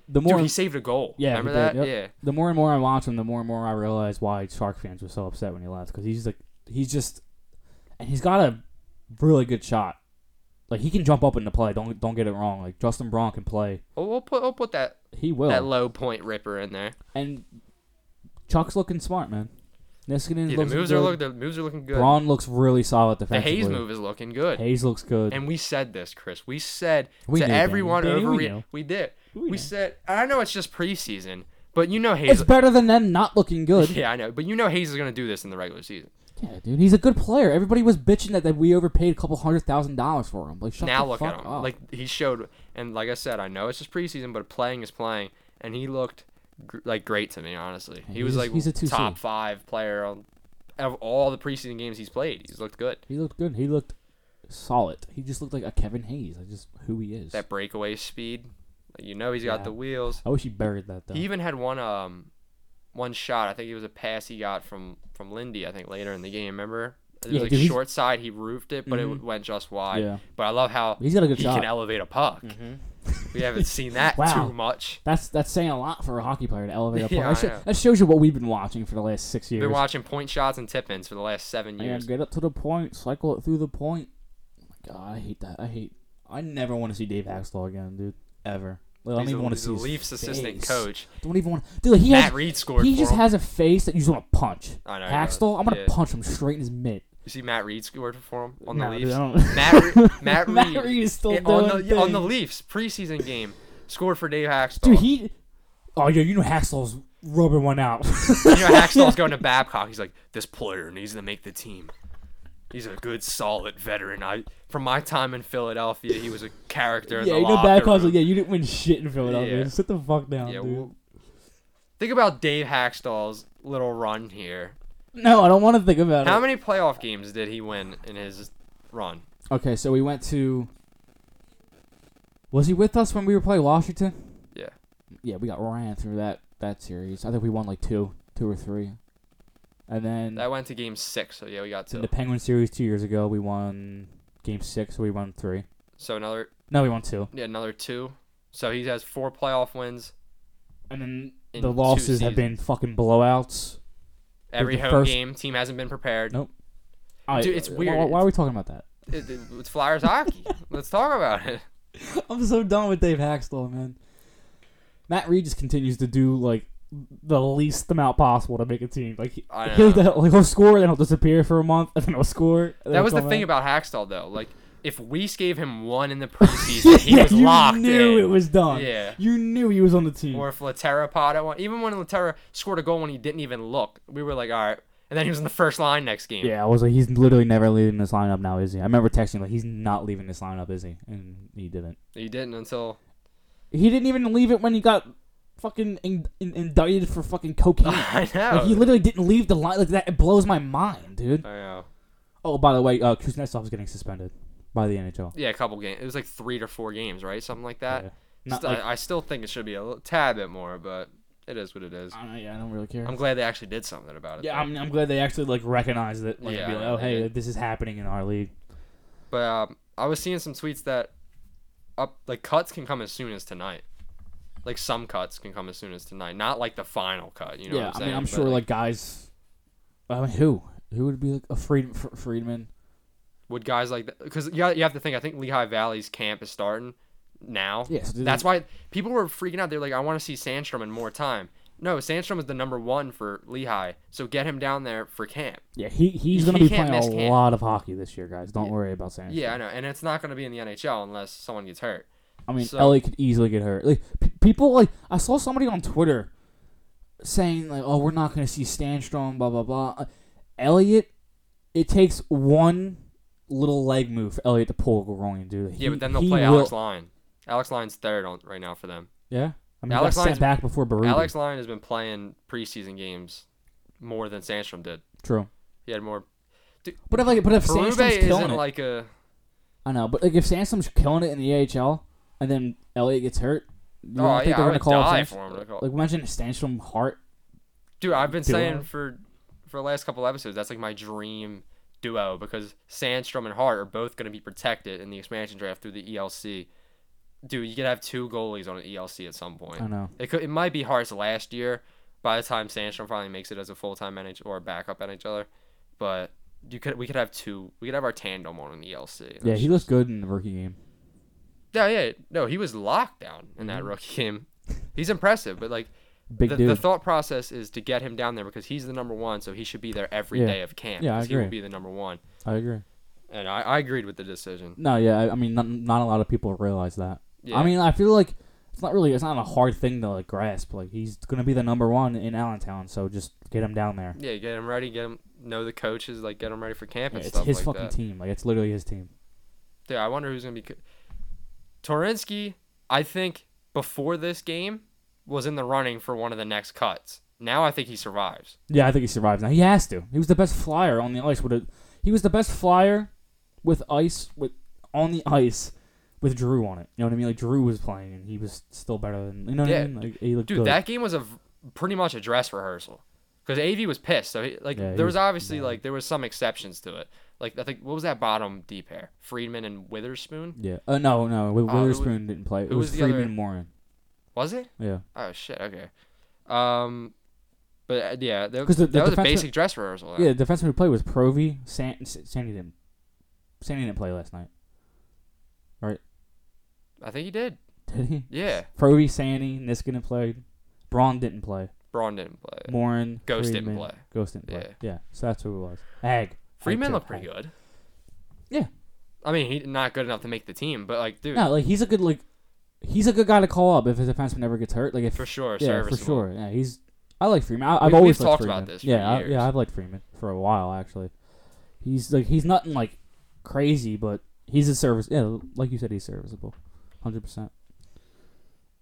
the more
dude, he saved a goal.
yeah, he
remember that?
did, yep. The more and more I watch him, the more and more I realize why Shark fans were so upset when he left because he's like He's just, and he's got a really good shot. Like he can jump up into play. Don't don't get it wrong. Like Justin Braun can play.
Well, we'll put we'll put that
He will.
that low point ripper in there.
and Chuck's looking smart, man. Niskanen
Yeah, the
looks
moves
good.
are look the moves are looking good.
Braun looks really solid
the
defensively.
Hayes move is looking good.
Hayes looks good.
And we said this, Chris. We said
We
to
knew,
everyone
Danny. Danny,
over
we
we,
knew.
we did.
We
We,
knew.
said I know it's just preseason, but you know Hayes
it's better than them not looking good.
Yeah, I know. But you know Hayes is gonna do this in the regular season.
Yeah, dude, he's a good player. Everybody was bitching that, that we overpaid a couple hundred thousand dollars for him. Like, shut
now
the
look
fuck
at him.
up.
Like he showed and like I said, I know it's just preseason, but playing is playing and he looked gr- like great to me, honestly. He
he's
was
a-
like
he's a 2C.
top 5 player on of all the preseason games he's played. He's looked good.
he looked good. He looked solid. He just looked like a Kevin Hayes. Like, just who he is.
That breakaway speed, like, you know he's
Yeah.
got the wheels.
I wish he buried that though.
He even had one um one shot. I think it was a pass he got from from Lindy. I think later in the game. Remember? It was
Yeah, dude,
like
he's- Mm-hmm.
short side. He roofed it, but it went just wide.
Yeah.
But I love how
He's got a good
he
shot.
can elevate a puck. we haven't seen that
Wow.
too much.
that's that's saying a lot for a hockey player to elevate a player.
Yeah,
that,
I know.
that shows you what we've been watching for the last six years.
Been watching point shots and tip-ins for the last seven
Man,
years.
get up to the point, cycle it through the point. Oh my god, I hate that. I hate. I never want to see Dave Axtell again, dude. Ever. Like, I don't
He's
even
a-
want to
he's
see
a
his
Leafs assistant
face.
coach.
Don't even want. Dude, like, he
Matt
has.
Reed scored
He
for
just
him.
has a face that you just want to punch.
I know, I know.
Axtell, I'm gonna
Yeah.
punch him straight in his mid.
You see Matt Reed scored for him on the
No, dude,
Leafs.
I don't-
Matt, Re- Matt Reed.
Matt Reed is still
eh, on
doing
the on the
things.
Leafs preseason game scored for Dave Haxtell.
Dude, he. Oh yeah, you know Axtell's rubbing one out.
you know, Hackstall's going to Babcock. He's like, this player needs to make the team. He's a good, solid veteran. I from my time in Philadelphia, he was a character in
yeah,
the
you know
locker room.
Babcock's like, yeah, you didn't win shit in Philadelphia.
Yeah.
Just Sit the fuck down,
Yeah,
dude.
well- think about Dave Hackstall's little run here.
No, I don't want to think about it.
How many playoff games did he win in his run?
Okay, so we went to. Was he with us when we were playing Washington?
Yeah.
Yeah, we got ran through that that series. I think we won like two, two or three, and then
That went to game six, so yeah, we got
in
two.
the Penguin series two years ago, we won game six. So we won three.
So another
No, we won two,
yeah, another two. So he has four playoff wins.
and then
In
the
two
losses have been fucking blowouts.
Every
the
home
first-
game, team hasn't been prepared.
Nope. I-
Dude, it's
why-
weird.
Why, why are we talking about that?
It- it- it's Flyers hockey. Let's talk about it.
I'm so done with Dave Haxtell, man. Matt Reed just continues to do like the least amount possible to make a team. Like he-
I
he'll,
know.
like, he'll score, then he'll disappear for a month, and then he'll score. and then
That
he'll
was the
come
thing about
back.
Hackstall though. Like if Weiss gave him one in the preseason, he was
you
locked
knew
in.
it was done.
Yeah.
you knew he was on the team.
Or if Laterra pot at one, even when Laterra scored a goal when he didn't even look, we were like, all right. And then he was in the first line next game.
yeah, I was like, he's literally never leaving this lineup now, is he? I remember texting like, he's not leaving this lineup, is he? And he didn't.
He didn't until
He didn't even leave it when he got fucking in- in- indicted for fucking cocaine.
I
Like, he
know.
literally didn't leave the line. Like that, it blows my mind, dude.
I know.
Oh, by the way, uh, Kuznetsov is getting suspended by the NHL.
Yeah, a couple games. It was like three to four games, right? Something like that.
Yeah. Not
Still-
like,
I, I still think it should be a little, tad bit more, but it is what it is.
I, don't- yeah, I don't really care.
I'm glad they actually did something about it.
yeah,
though.
I'm, I'm glad they actually like recognized it. Like,
Yeah,
be like,
I
oh
know,
hey,
they
this is happening in our league.
But um, I was seeing some tweets that up like cuts can come as soon as tonight. Like some cuts can come as soon as tonight, not like the final cut. You know
yeah,
what I'm
I
saying?
mean, I'm
But,
sure like guys. I mean, who who would be like a Fried, Fr- Friedman?
would guys like because you you have to think. I think Lehigh Valley's camp is starting now.
Yeah, so do
that's
they-
why people were freaking out. They're like, I want to see Sandstrom in more time. No, Sandstrom is the number one for Lehigh, so get him down there for camp.
Yeah, he he's
He
gonna be
can't
playing
miss
a
camp.
lot of hockey this year, guys. Don't worry about saying.
Yeah, I know, and it's not going to be in the NHL unless someone gets hurt.
I mean,
So-
Ellie could easily get hurt. Like p- people, like I saw somebody on Twitter saying like, "Oh, we're not going to see Stanstrom," blah blah blah. Uh, Elliot, it takes one little leg move for Elliot to pull a groin, dude. He,
Yeah, but then they'll
he
play
will-
Alex Lyon. Alex Lyon's third on, right now for them.
Yeah, I mean,
Alex
Alex
Lyon's-
sent back before Baruby.
Alex Lyon has been playing preseason games more than Sandstrom did.
True.
He had more.
But if like, but if
Berube
Sandstrom's
isn't
killing it,
like a.
I know. But like, if Sandstrom's killing it in the AHL, and then Elliot gets hurt, you
Oh,
don't
yeah,
think
I
they're gonna
would
call up
die
Sandstrom?
for him to call-
Like, imagine Stanstrom Hart.
Dude, I've been
Duo.
saying for for the last couple episodes that's like my dream duo because Sandstrom and Hart are both going to be protected in the expansion draft through the ELC. Dude, you could have two goalies on an ELC at some point.
I know.
It could. It might be Hart's last year. By the time Sandstrom finally makes it as a full time NHL or a backup NHLer, but you could we could have two. We could have our tandem on an E ELC.
Yeah, he looked good in the rookie game.
Yeah, yeah. No, he was locked down in that rookie game. He's impressive, but like
Mm-hmm. Big
the,
dude.
the thought process is to get him down there because he's the number one, so he should be there every day
Yeah.
of camp.
Yeah, I
'cause He will
agree.
be the number one,
I agree.
and I, I agreed with the decision.
No, yeah, I, I mean, not, not a lot of people realize that.
Yeah.
I mean, I feel like it's not really, it's not a hard thing to like grasp. Like he's gonna be the number one in Allentown, so just get him down there.
Yeah, get him ready, get him know the coaches, like get him ready for camp
Yeah,
and
it's
stuff
his
like
fucking
that.
team. Like it's literally his team.
Dude, I wonder who's gonna be. Co- Torinsky, I think before this game was in the running for one of the next cuts. Now I think he survives.
Yeah, I think he survives now. He has to. He was the best flyer on the ice. With a, he was the best flyer with ice with on the ice with Drew on it. You know what I mean? Like Drew was playing and he was still better than you know what
Yeah.
I mean? Like he looked
Dude,
good.
that game was a v- pretty much a dress rehearsal because Av was pissed. So he, like
Yeah, he
there
was
was obviously
mad.
like there was some exceptions to it. Like I think what was that bottom D pair? Friedman and Witherspoon
yeah. Uh, no, no. Wi-
Oh, who-
Witherspoon didn't play. It
who
was,
was the
Freeman
other-
and Morin.
was it?
Yeah.
Oh shit. Okay. Um, but uh, yeah, that,
'Cause the- the
that was a
defenseman-
basic dress rehearsal.
Yeah, the defenseman who played was Provy. San, S- Sandy didn't. Sandy didn't play last night.
I think he did.
Did he?
Yeah,
Provy, Sandy, Niskanen played. Braun didn't play.
Braun didn't play.
Morin.
Uh, Ghost didn't
Friedman,
play.
Ghost didn't play. Yeah. So that's who it was. Hag.
Freeman
Hag
looked
too. Hag.
pretty good.
Yeah.
I mean, he's not good enough to make the team, but like, dude,
No, like he's a good like he's a good guy to call up if his defenseman ever gets hurt. Like if
for sure,
yeah, for
serviceable.
sure. Yeah, he's I like Freeman. I, I've
We-
always
we've
liked
talked about
Freeman.
this for
yeah, I,
years.
yeah, I've liked Freeman for a while actually. He's like he's nothing like crazy, but he's a service. Yeah, like you said, he's serviceable, hundred percent.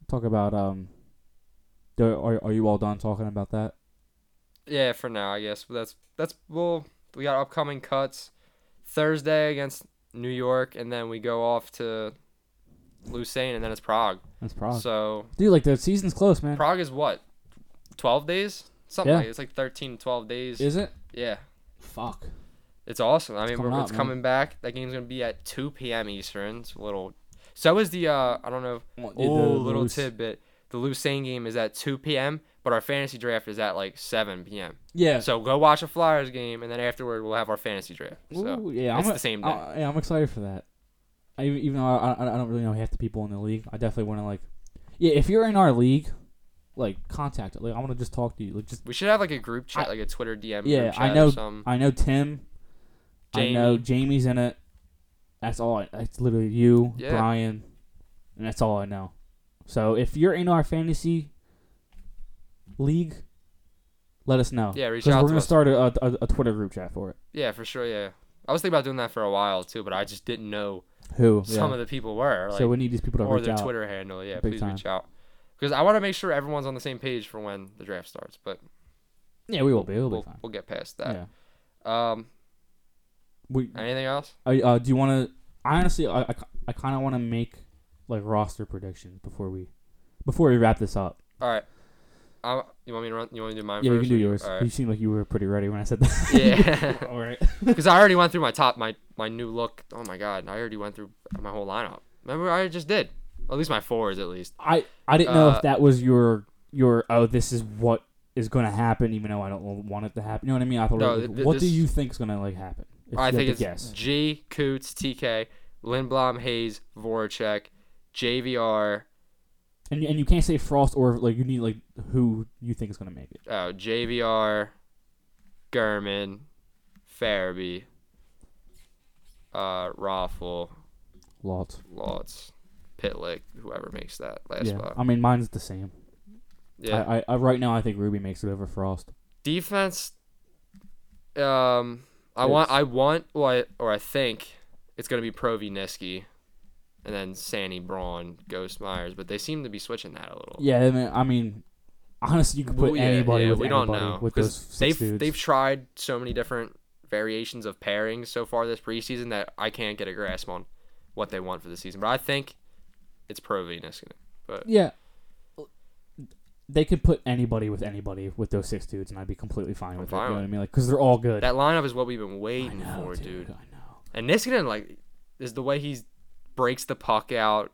Talk about um. do- Are, are you all done talking about that?
Yeah, for now, I guess. But that's that's well, we got upcoming cuts Thursday against New York, and then we go off to Lucerne, and then it's Prague.
That's Prague.
So
Dude, like the season's close, man.
Prague is what, twelve days? Something
Yeah.
like it's like 13, 12 days.
Is it?
yeah,
Fuck.
it's awesome. I mean,
coming
we're,
up,
it's
man.
coming back. That game's gonna be at two p.m. Eastern. It's a little. So is the uh, I don't know.
Well, yeah, the-
Oh,
the
little
Luce-
tidbit. The Lucerne game is at 2 p.m., but our fantasy draft is at like 7 p.m.
Yeah.
So go watch a Flyers game, and then afterward we'll have our fantasy draft. So
Ooh, yeah,
it's
I'm,
the same day.
I, yeah, I'm excited for that. I, even though I, I, I don't really know half the people in the league, I definitely want to like, yeah. If you're in our league, like contact. Like I want to just talk to you. Like just
we should have like a group chat,
I-
like a Twitter DM
yeah.
group chat
I know.
or something.
I know Tim. I know
Jamie.
Jamie's in it. That's all. I, it's literally you,
Yeah.
Brian, and that's all I know. So if you're in our fantasy league, let us know.
Yeah, reach
'Cause
out
We're
to
gonna
us.
start a, a, a Twitter group chat for it.
Yeah, for sure. Yeah, I was thinking about doing that for a while too, but I just didn't know
Who?
some
yeah.
of the people were like,
so we need these people to
or
reach
their
out.
Twitter handle. Yeah,
Big
please
time.
reach out because I want to make sure everyone's on the same page for when the draft starts. But
Yeah, we will be. It'll
we'll,
be fine.
we'll get past
Yeah.
that. Um,
We,
anything else?
I, uh, do you want to? I honestly, I, I, I kind of want to make like roster predictions before we, before we wrap this up.
All right. I, you want me to run? You want me to do mine
yeah, you
first?
can do yours.
All
You
right.
seem like you were pretty ready when I said that.
Yeah,
All right.
because I already went through my top, my my new look. Oh my god, I already went through my whole lineup. Remember, I just did. At least my fours, at least.
I, I didn't know
Uh,
if that was your your oh this is what is going to happen even though I don't want it to happen. You know what I mean? I thought.
No,
it was-
th- th-
what do
this-
you think is going to like happen? If
I
you
think
had
it's
to guess.
G, Coots, TK, Lindblom, Hayes, Voracek, JVR,
And and you can't say Frost or like you need like who you think is going to make it.
oh, JVR, Gurman, Farabee, uh, Raffle,
Lot.
Lotz, Pitlick, whoever makes that last
Yeah.
spot.
I mean, mine's the same.
Yeah.
I, I, I right now I think Ruby makes it over Frost.
defense um I want I want well, I, or I think it's going to be Provi Niski and then Sandy Braun Ghost Myers but they seem to be switching that a little.
Yeah, I mean, I mean honestly, you could put
Well, yeah,
anybody
yeah,
with
we
anybody
don't know
with
'cause
those 6
they've
dudes.
they've tried so many different variations of pairings so far this preseason that I can't get a grasp on what they want for the season. But I think it's Provi Niski. But
yeah, they could put anybody with anybody with those six dudes, and I'd be completely fine with it.
fine
You know
with
what I mean? Like, because they're all good.
that lineup is what we've been waiting
I know,
for, dude.
I know.
And Niskanen like is the way he breaks the puck out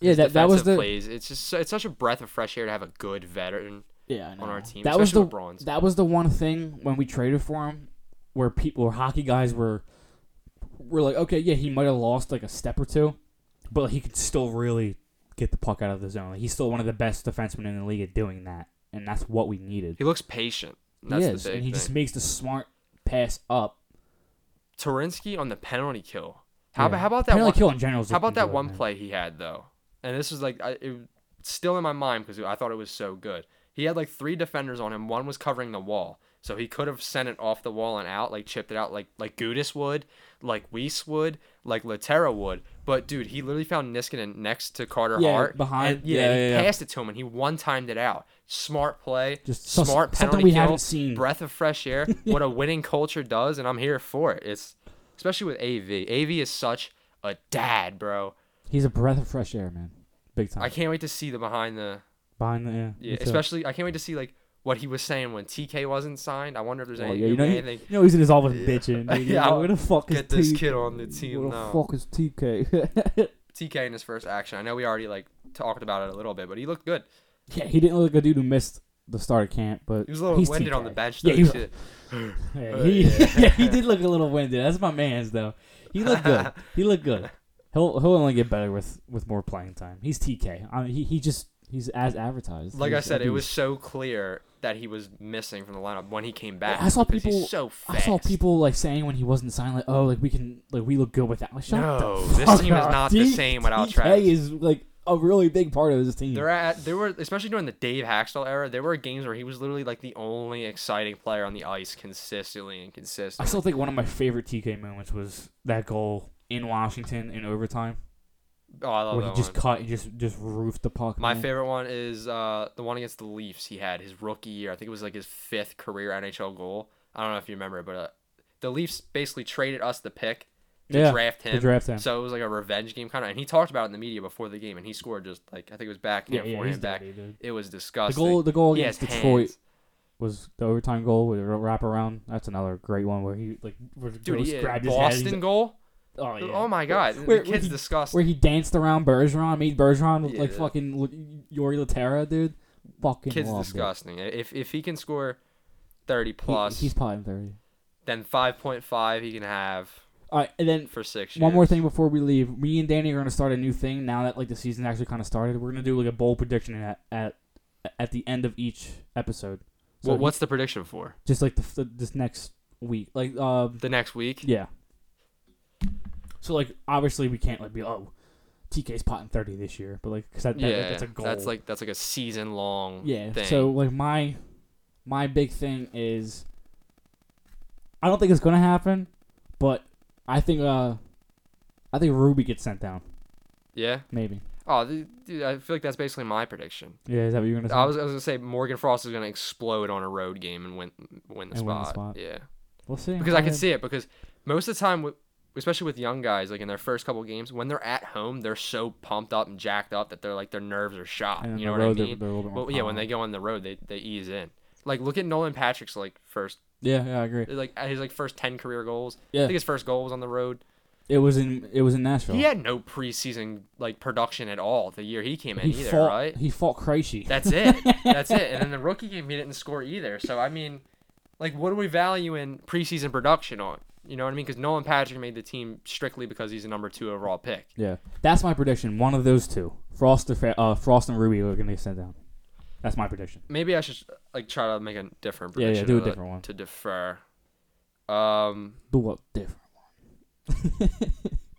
Yeah,
his
that that was
defensive
the
plays. It's just so- it's such a breath of fresh air to have a good veteran
yeah I know.
on our team,
That was
especially
the
with Bronze.
that was the one thing when we traded for him where people, where hockey guys were, were like, okay, yeah, he might have lost like a step or two, but like, he could still really get the puck out of the zone. Like, he's still one of the best defensemen in the league at doing that, and that's what we needed.
He looks patient.
He
That's
is,
the big
and he
thing.
just makes the smart pass up.
Torinsky on the penalty kill. How
Yeah.
about how about that
Penalty
one?
kill in general? is
How about that
good,
one
man.
play he had though? And this is like I, it, it's still in my mind because I thought it was so good. He had like three defenders on him. One was covering the wall, so he could have sent it off the wall and out, like chipped it out, like like Gudis would, like Weiss would, like Laterra would. But dude, he literally found Niskanen next to Carter
Yeah,
Hart
behind-
and- yeah,
yeah,
and he
yeah, yeah.
passed it to him, and he one timed it out. Smart play,
Just so-
smart
something
penalty
we
kill,
haven't seen.
breath of fresh air. what a winning culture does, and I'm here for it. It's especially with AV. AV is such a dad, bro.
He's a breath of fresh air, man. Big time.
I can't wait to see the behind the
Behind the yeah,
yeah,
me too.
especially I can't wait to see like what he was saying when TK wasn't signed. I wonder if there's
Oh,
any,
yeah, you know, he-
anything.
you know he's in his office bitching. dude.
Yeah,
yeah, where the fuck is
Get this
TK?
kid on the team
Where the
now.
fuck is TK?
TK in his first action. I know we already like talked about it a little bit, but he looked good.
yeah, he didn't look like a dude who missed the start of camp, but
He was a little
he's
winded on
TK.
the Oh, bench. Though,
Yeah, he, was-
too.
yeah, he, yeah, he did look a little winded. That's my man's though. He looked good. he looked good. He'll he'll only get better with with more playing time. He's TK. I mean, he he just he's as advertised.
Like I
He's-
said, it
he's-
was so clear that he was missing from the lineup when he came back.
I saw
because he's
people-
so
I saw
fast.
people like saying when he wasn't signed, like, "Oh, like we can, like we look good without." Like, shut
No,
the
this
fuck
team is
up.
not the
T-
same without
TK
Travis.
is like a really big part of this team.
There at there were especially during the Dave Haxtell era, there were games where he was literally like the only exciting player on the ice consistently and
I
consistently.
still think one of my favorite TK moments was that goal in Washington in overtime,
Oh, I love
where
that
he just
one.
cut, he just just roofed the puck.
My
man.
favorite one is uh, the one against the Leafs he had his rookie year. I think it was like his fifth career NHL goal. I don't know if you remember, but uh, the Leafs basically traded us the pick to
Yeah,
draft
to
him.
draft him.
So it was like a revenge game kind of. And he talked about it in the media before the game, and he scored just like I think it was back
Yeah,
and
yeah, he's
forehand back.
dirty, dude.
It was
The
disgusting.
goal, the goal
He
against
has
Detroit
hands.
was the overtime goal with a wrap around. That's another great one where he like where
Dude,
Gross
he, uh,
grabbed his head.
Boston
he's-
goal.
Oh, yeah.
Oh my god,
Where- where
the kid's
he-
disgusting.
where he danced around Bergeron, made Bergeron look like
Yeah.
fucking L- Yori Laterra, dude. Fucking
Kid's
loved it.
disgusting. If if he can score thirty
He-
plus,
he's probably in thirty.
then five point five he can have
All right, and then
for six.
one more
years.
thing before we leave. Me and Danny are gonna start a new thing now that like the season actually kind of started. We're gonna do like a bold prediction at at, at the end of each episode. So
Well,
he-
what's the prediction for
just like the, f- the this next week? Like um
the next week?
yeah. So like obviously we can't like be oh, TK's potting thirty this year, but like because that, that-
yeah,
that's a goal.
like that's like a season long.
Yeah.
Thing.
So like my my big thing is I don't think it's gonna happen, but I think uh I think Ruby gets sent down.
yeah.
Maybe.
Oh, th- dude, I feel like that's basically my prediction.
Yeah, is that what you're gonna say?
I was, I was gonna say Morgan Frost is gonna explode on a road game and win win the,
And
spot.
win the spot.
Yeah,
we'll see.
because I can see it. Because most of the time, with- especially with young guys, like in their first couple games, when they're at home, they're so pumped up and jacked up that they're like their nerves are shot.
And on
You
the
know what I
road, they're-
mean?
they're a little bit more
Well, yeah, when
calm.
they go on the road, they, they ease in. Like look at Nolan Patrick's like first
Yeah, yeah, I agree.
like at his like first ten career goals. I
Yeah.
think his first goal was on the road.
It was in it was in Nashville.
He had no preseason like production at all the year he came in
he
either,
fought
right?
he fought Krejci.
That's it. That's it. And in the rookie game he didn't score either. So I mean, like what do we value in preseason production on? You know what I mean? Because Nolan Patrick made the team strictly because he's a number two overall pick.
yeah. That's my prediction. One of those two. Frost or Fa- uh, Frost and Ruby are gonna get sent down. That's my prediction.
Maybe I should like try to make a different
Yeah, yeah,
prediction.
do a
to the-
different one.
to defer. Um,
But what different?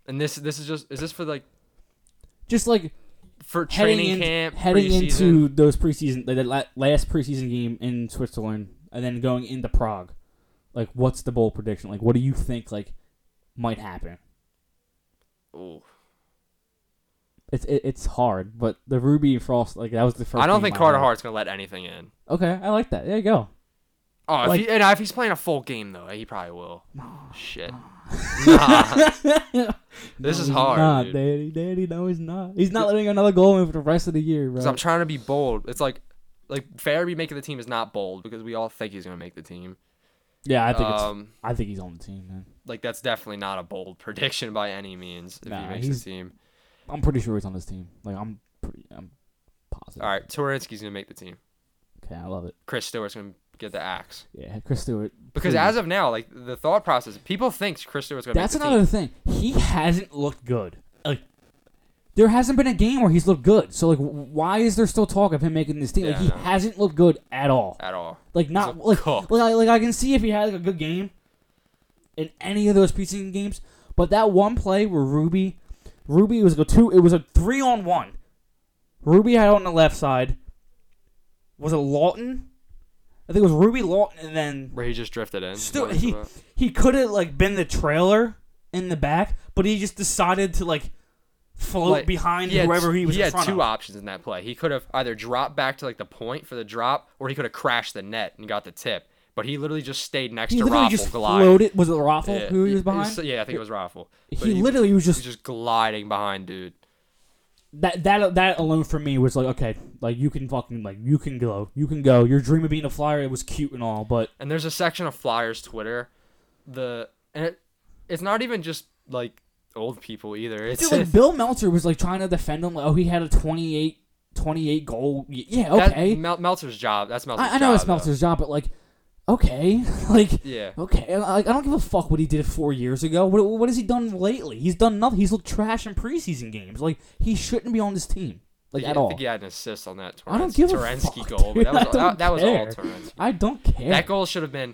and this this is just is this for like
Just like
for
heading
training
in-
camp,
heading
preseason.
into those preseason, like that la- last preseason game in Switzerland, and then going into Prague. Like, what's the bold prediction? Like, what do you think like might happen?
Ooh.
It's it, it's hard, but the Ruby and Frost, like that was the first.
I don't
game
think
in my
Carter
mind.
Hart's gonna let anything in.
Okay, I like that. There you go.
Oh, if
Like-
he, and if he's playing a full game though, he probably will. Shit. Nah. this
No,
is
he's
hard.
Not,
dude.
Daddy, Daddy. No, he's not. He's not letting another goal in for the rest of the year, bro.
'Cause I'm trying to be bold. It's like, like Farabee making the team is not bold because we all think he's gonna make the team.
yeah, I think it's.
um,
I think he's on the team, man.
like that's definitely not a bold prediction by any means. If
Nah,
he makes
he's-
the team,
I'm pretty sure he's on this team. Like, I'm pretty. I'm positive.
all right, Torinsky's gonna make the team.
Okay, I love it.
Chris Stewart's gonna Get the axe.
Yeah, Chris Stewart.
Because
please.
as of now, like the thought process, people think Chris Stewart's gonna.
That's
make the
another thing. He hasn't looked good. Like, there hasn't been a game where he's looked good. So like, w- why is there still talk of him making this team? Like,
Yeah,
he
I know.
hasn't looked good at all.
team at all.
Like, not
a
like,
cook.
like I- like I can see if he had like a good game in any of those preseason games, but that one play where Ruby, Ruby was a two, it was a three on one. Ruby had on the left side. Was it Lawton? I think it was Ruby Lawton, and then
Where he just drifted in.
Still,
What is
he
it?
he could have like been the trailer in the back, but he just decided to like float
Like,
behind
had
whoever
t-
he was
He
in
had
front
two
of.
options in that play. He could have either dropped back to like the point for the drop, or he could have crashed the net and got the tip. But he literally just stayed next
He
to
literally
Raffle,
just
gliding.
floated. Was it Raffle
Yeah.
who he was
It
behind?
yeah, I think it was Raffle. But
he literally was
he was
just-
just gliding behind, dude.
that that that alone for me was like okay, like you can fucking like you can go, you can go. Your dream of being a flyer it was cute and all, but
and there's a section of Flyers Twitter, the and it, it's not even just like old people either. It's,
dude, like Bill Meltzer was like trying to defend him. Like, oh, he had a 28, 28 goal. y- Yeah,
that-
okay.
Mel- Meltzer's job. That's Meltzer's
I, I know
job,
it's
though.
Meltzer's job, but like, okay, like,
Yeah.
okay, I- like I don't give a fuck what he did four years ago. What, what has he done lately? He's done nothing. He's looked trash in preseason games. Like he shouldn't be on this team, like
Yeah,
at
I
all.
think he had an assist on that Torrens,
I don't give a
Terensky
fuck,
goal,
dude.
but that was that,
I don't
that was all
care.
Terensky.
I don't care.
That goal should have been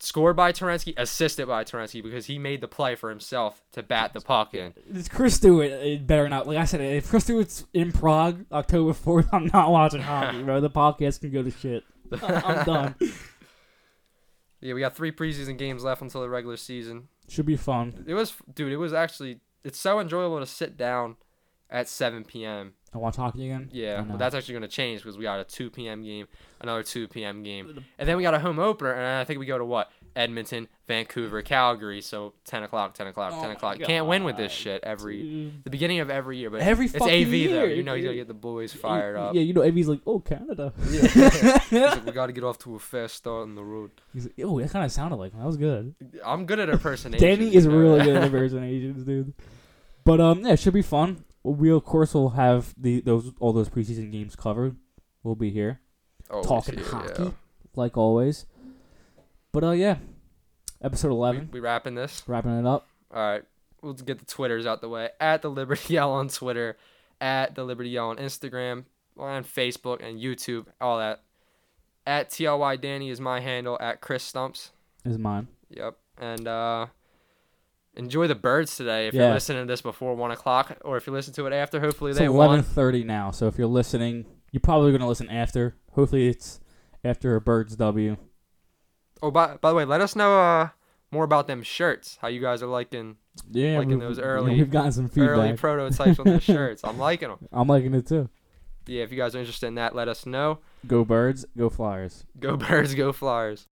scored by Terensky, assisted by Terensky because he made the play for himself to bat the puck in.
It's Chris Stewart. It better not. Like I said, if Chris Stewart's in Prague October fourth, I'm not watching hockey, bro. The podcast can go to shit. I'm done.
Yeah, we got three preseason games left until the regular season.
Should be fun.
It was, dude, it was actually it's so enjoyable to sit down at 7 p.m.
I watch hockey again.
Yeah,
I
but
know.
that's actually going to change because we got a 2 p.m. game, another 2 p.m. game, and then we got a home opener, and I think we go to what Edmonton, Vancouver, Calgary. So 10 o'clock, 10 o'clock,
Oh
10
my
o'clock. Can't win with this
God,
shit every
dude.
the beginning of every year, but
Every
it's
fucking
AV though.
year,
You know, you gotta
dude.
get the boys fired
yeah,
up.
you know, Amy's like, oh Canada.
So we got to get off to a fast start on the road.
He's like, oh, that kind of sounded like him. That was good.
I'm good at impersonation.
Danny is really good at impersonations, dude. But um, yeah, it should be fun. We of course will have the those all those preseason games covered. We'll be here talking hockey like always. But uh, yeah, episode
We,
eleven,
we wrapping this.
wrapping it up.
All right, we'll get the Twitters out the way. At the Liberty Yell on Twitter, at the Liberty Yell on Instagram, on Facebook and YouTube, all that. At TLY Danny is my handle. At Chris Stumps.
Is mine.
Yep. And uh, enjoy the birds today. If
Yeah.
you're listening to this before one o'clock, or if you listen to it after, hopefully
It's
they
eleven
won.
thirty now. So if you're listening, you're probably gonna listen after. Hopefully it's after a bird's W.
Oh, by, by the way, let us know uh, more about them shirts. How you guys are liking
Yeah,
Liking
we-
those
yeah,
early-
We've gotten some feedback.
early prototypes on the shirts. I'm liking them.
I'm liking it too.
Yeah, if you guys are interested in that, let us know.
Go birds, go flyers.
Go birds, go flyers.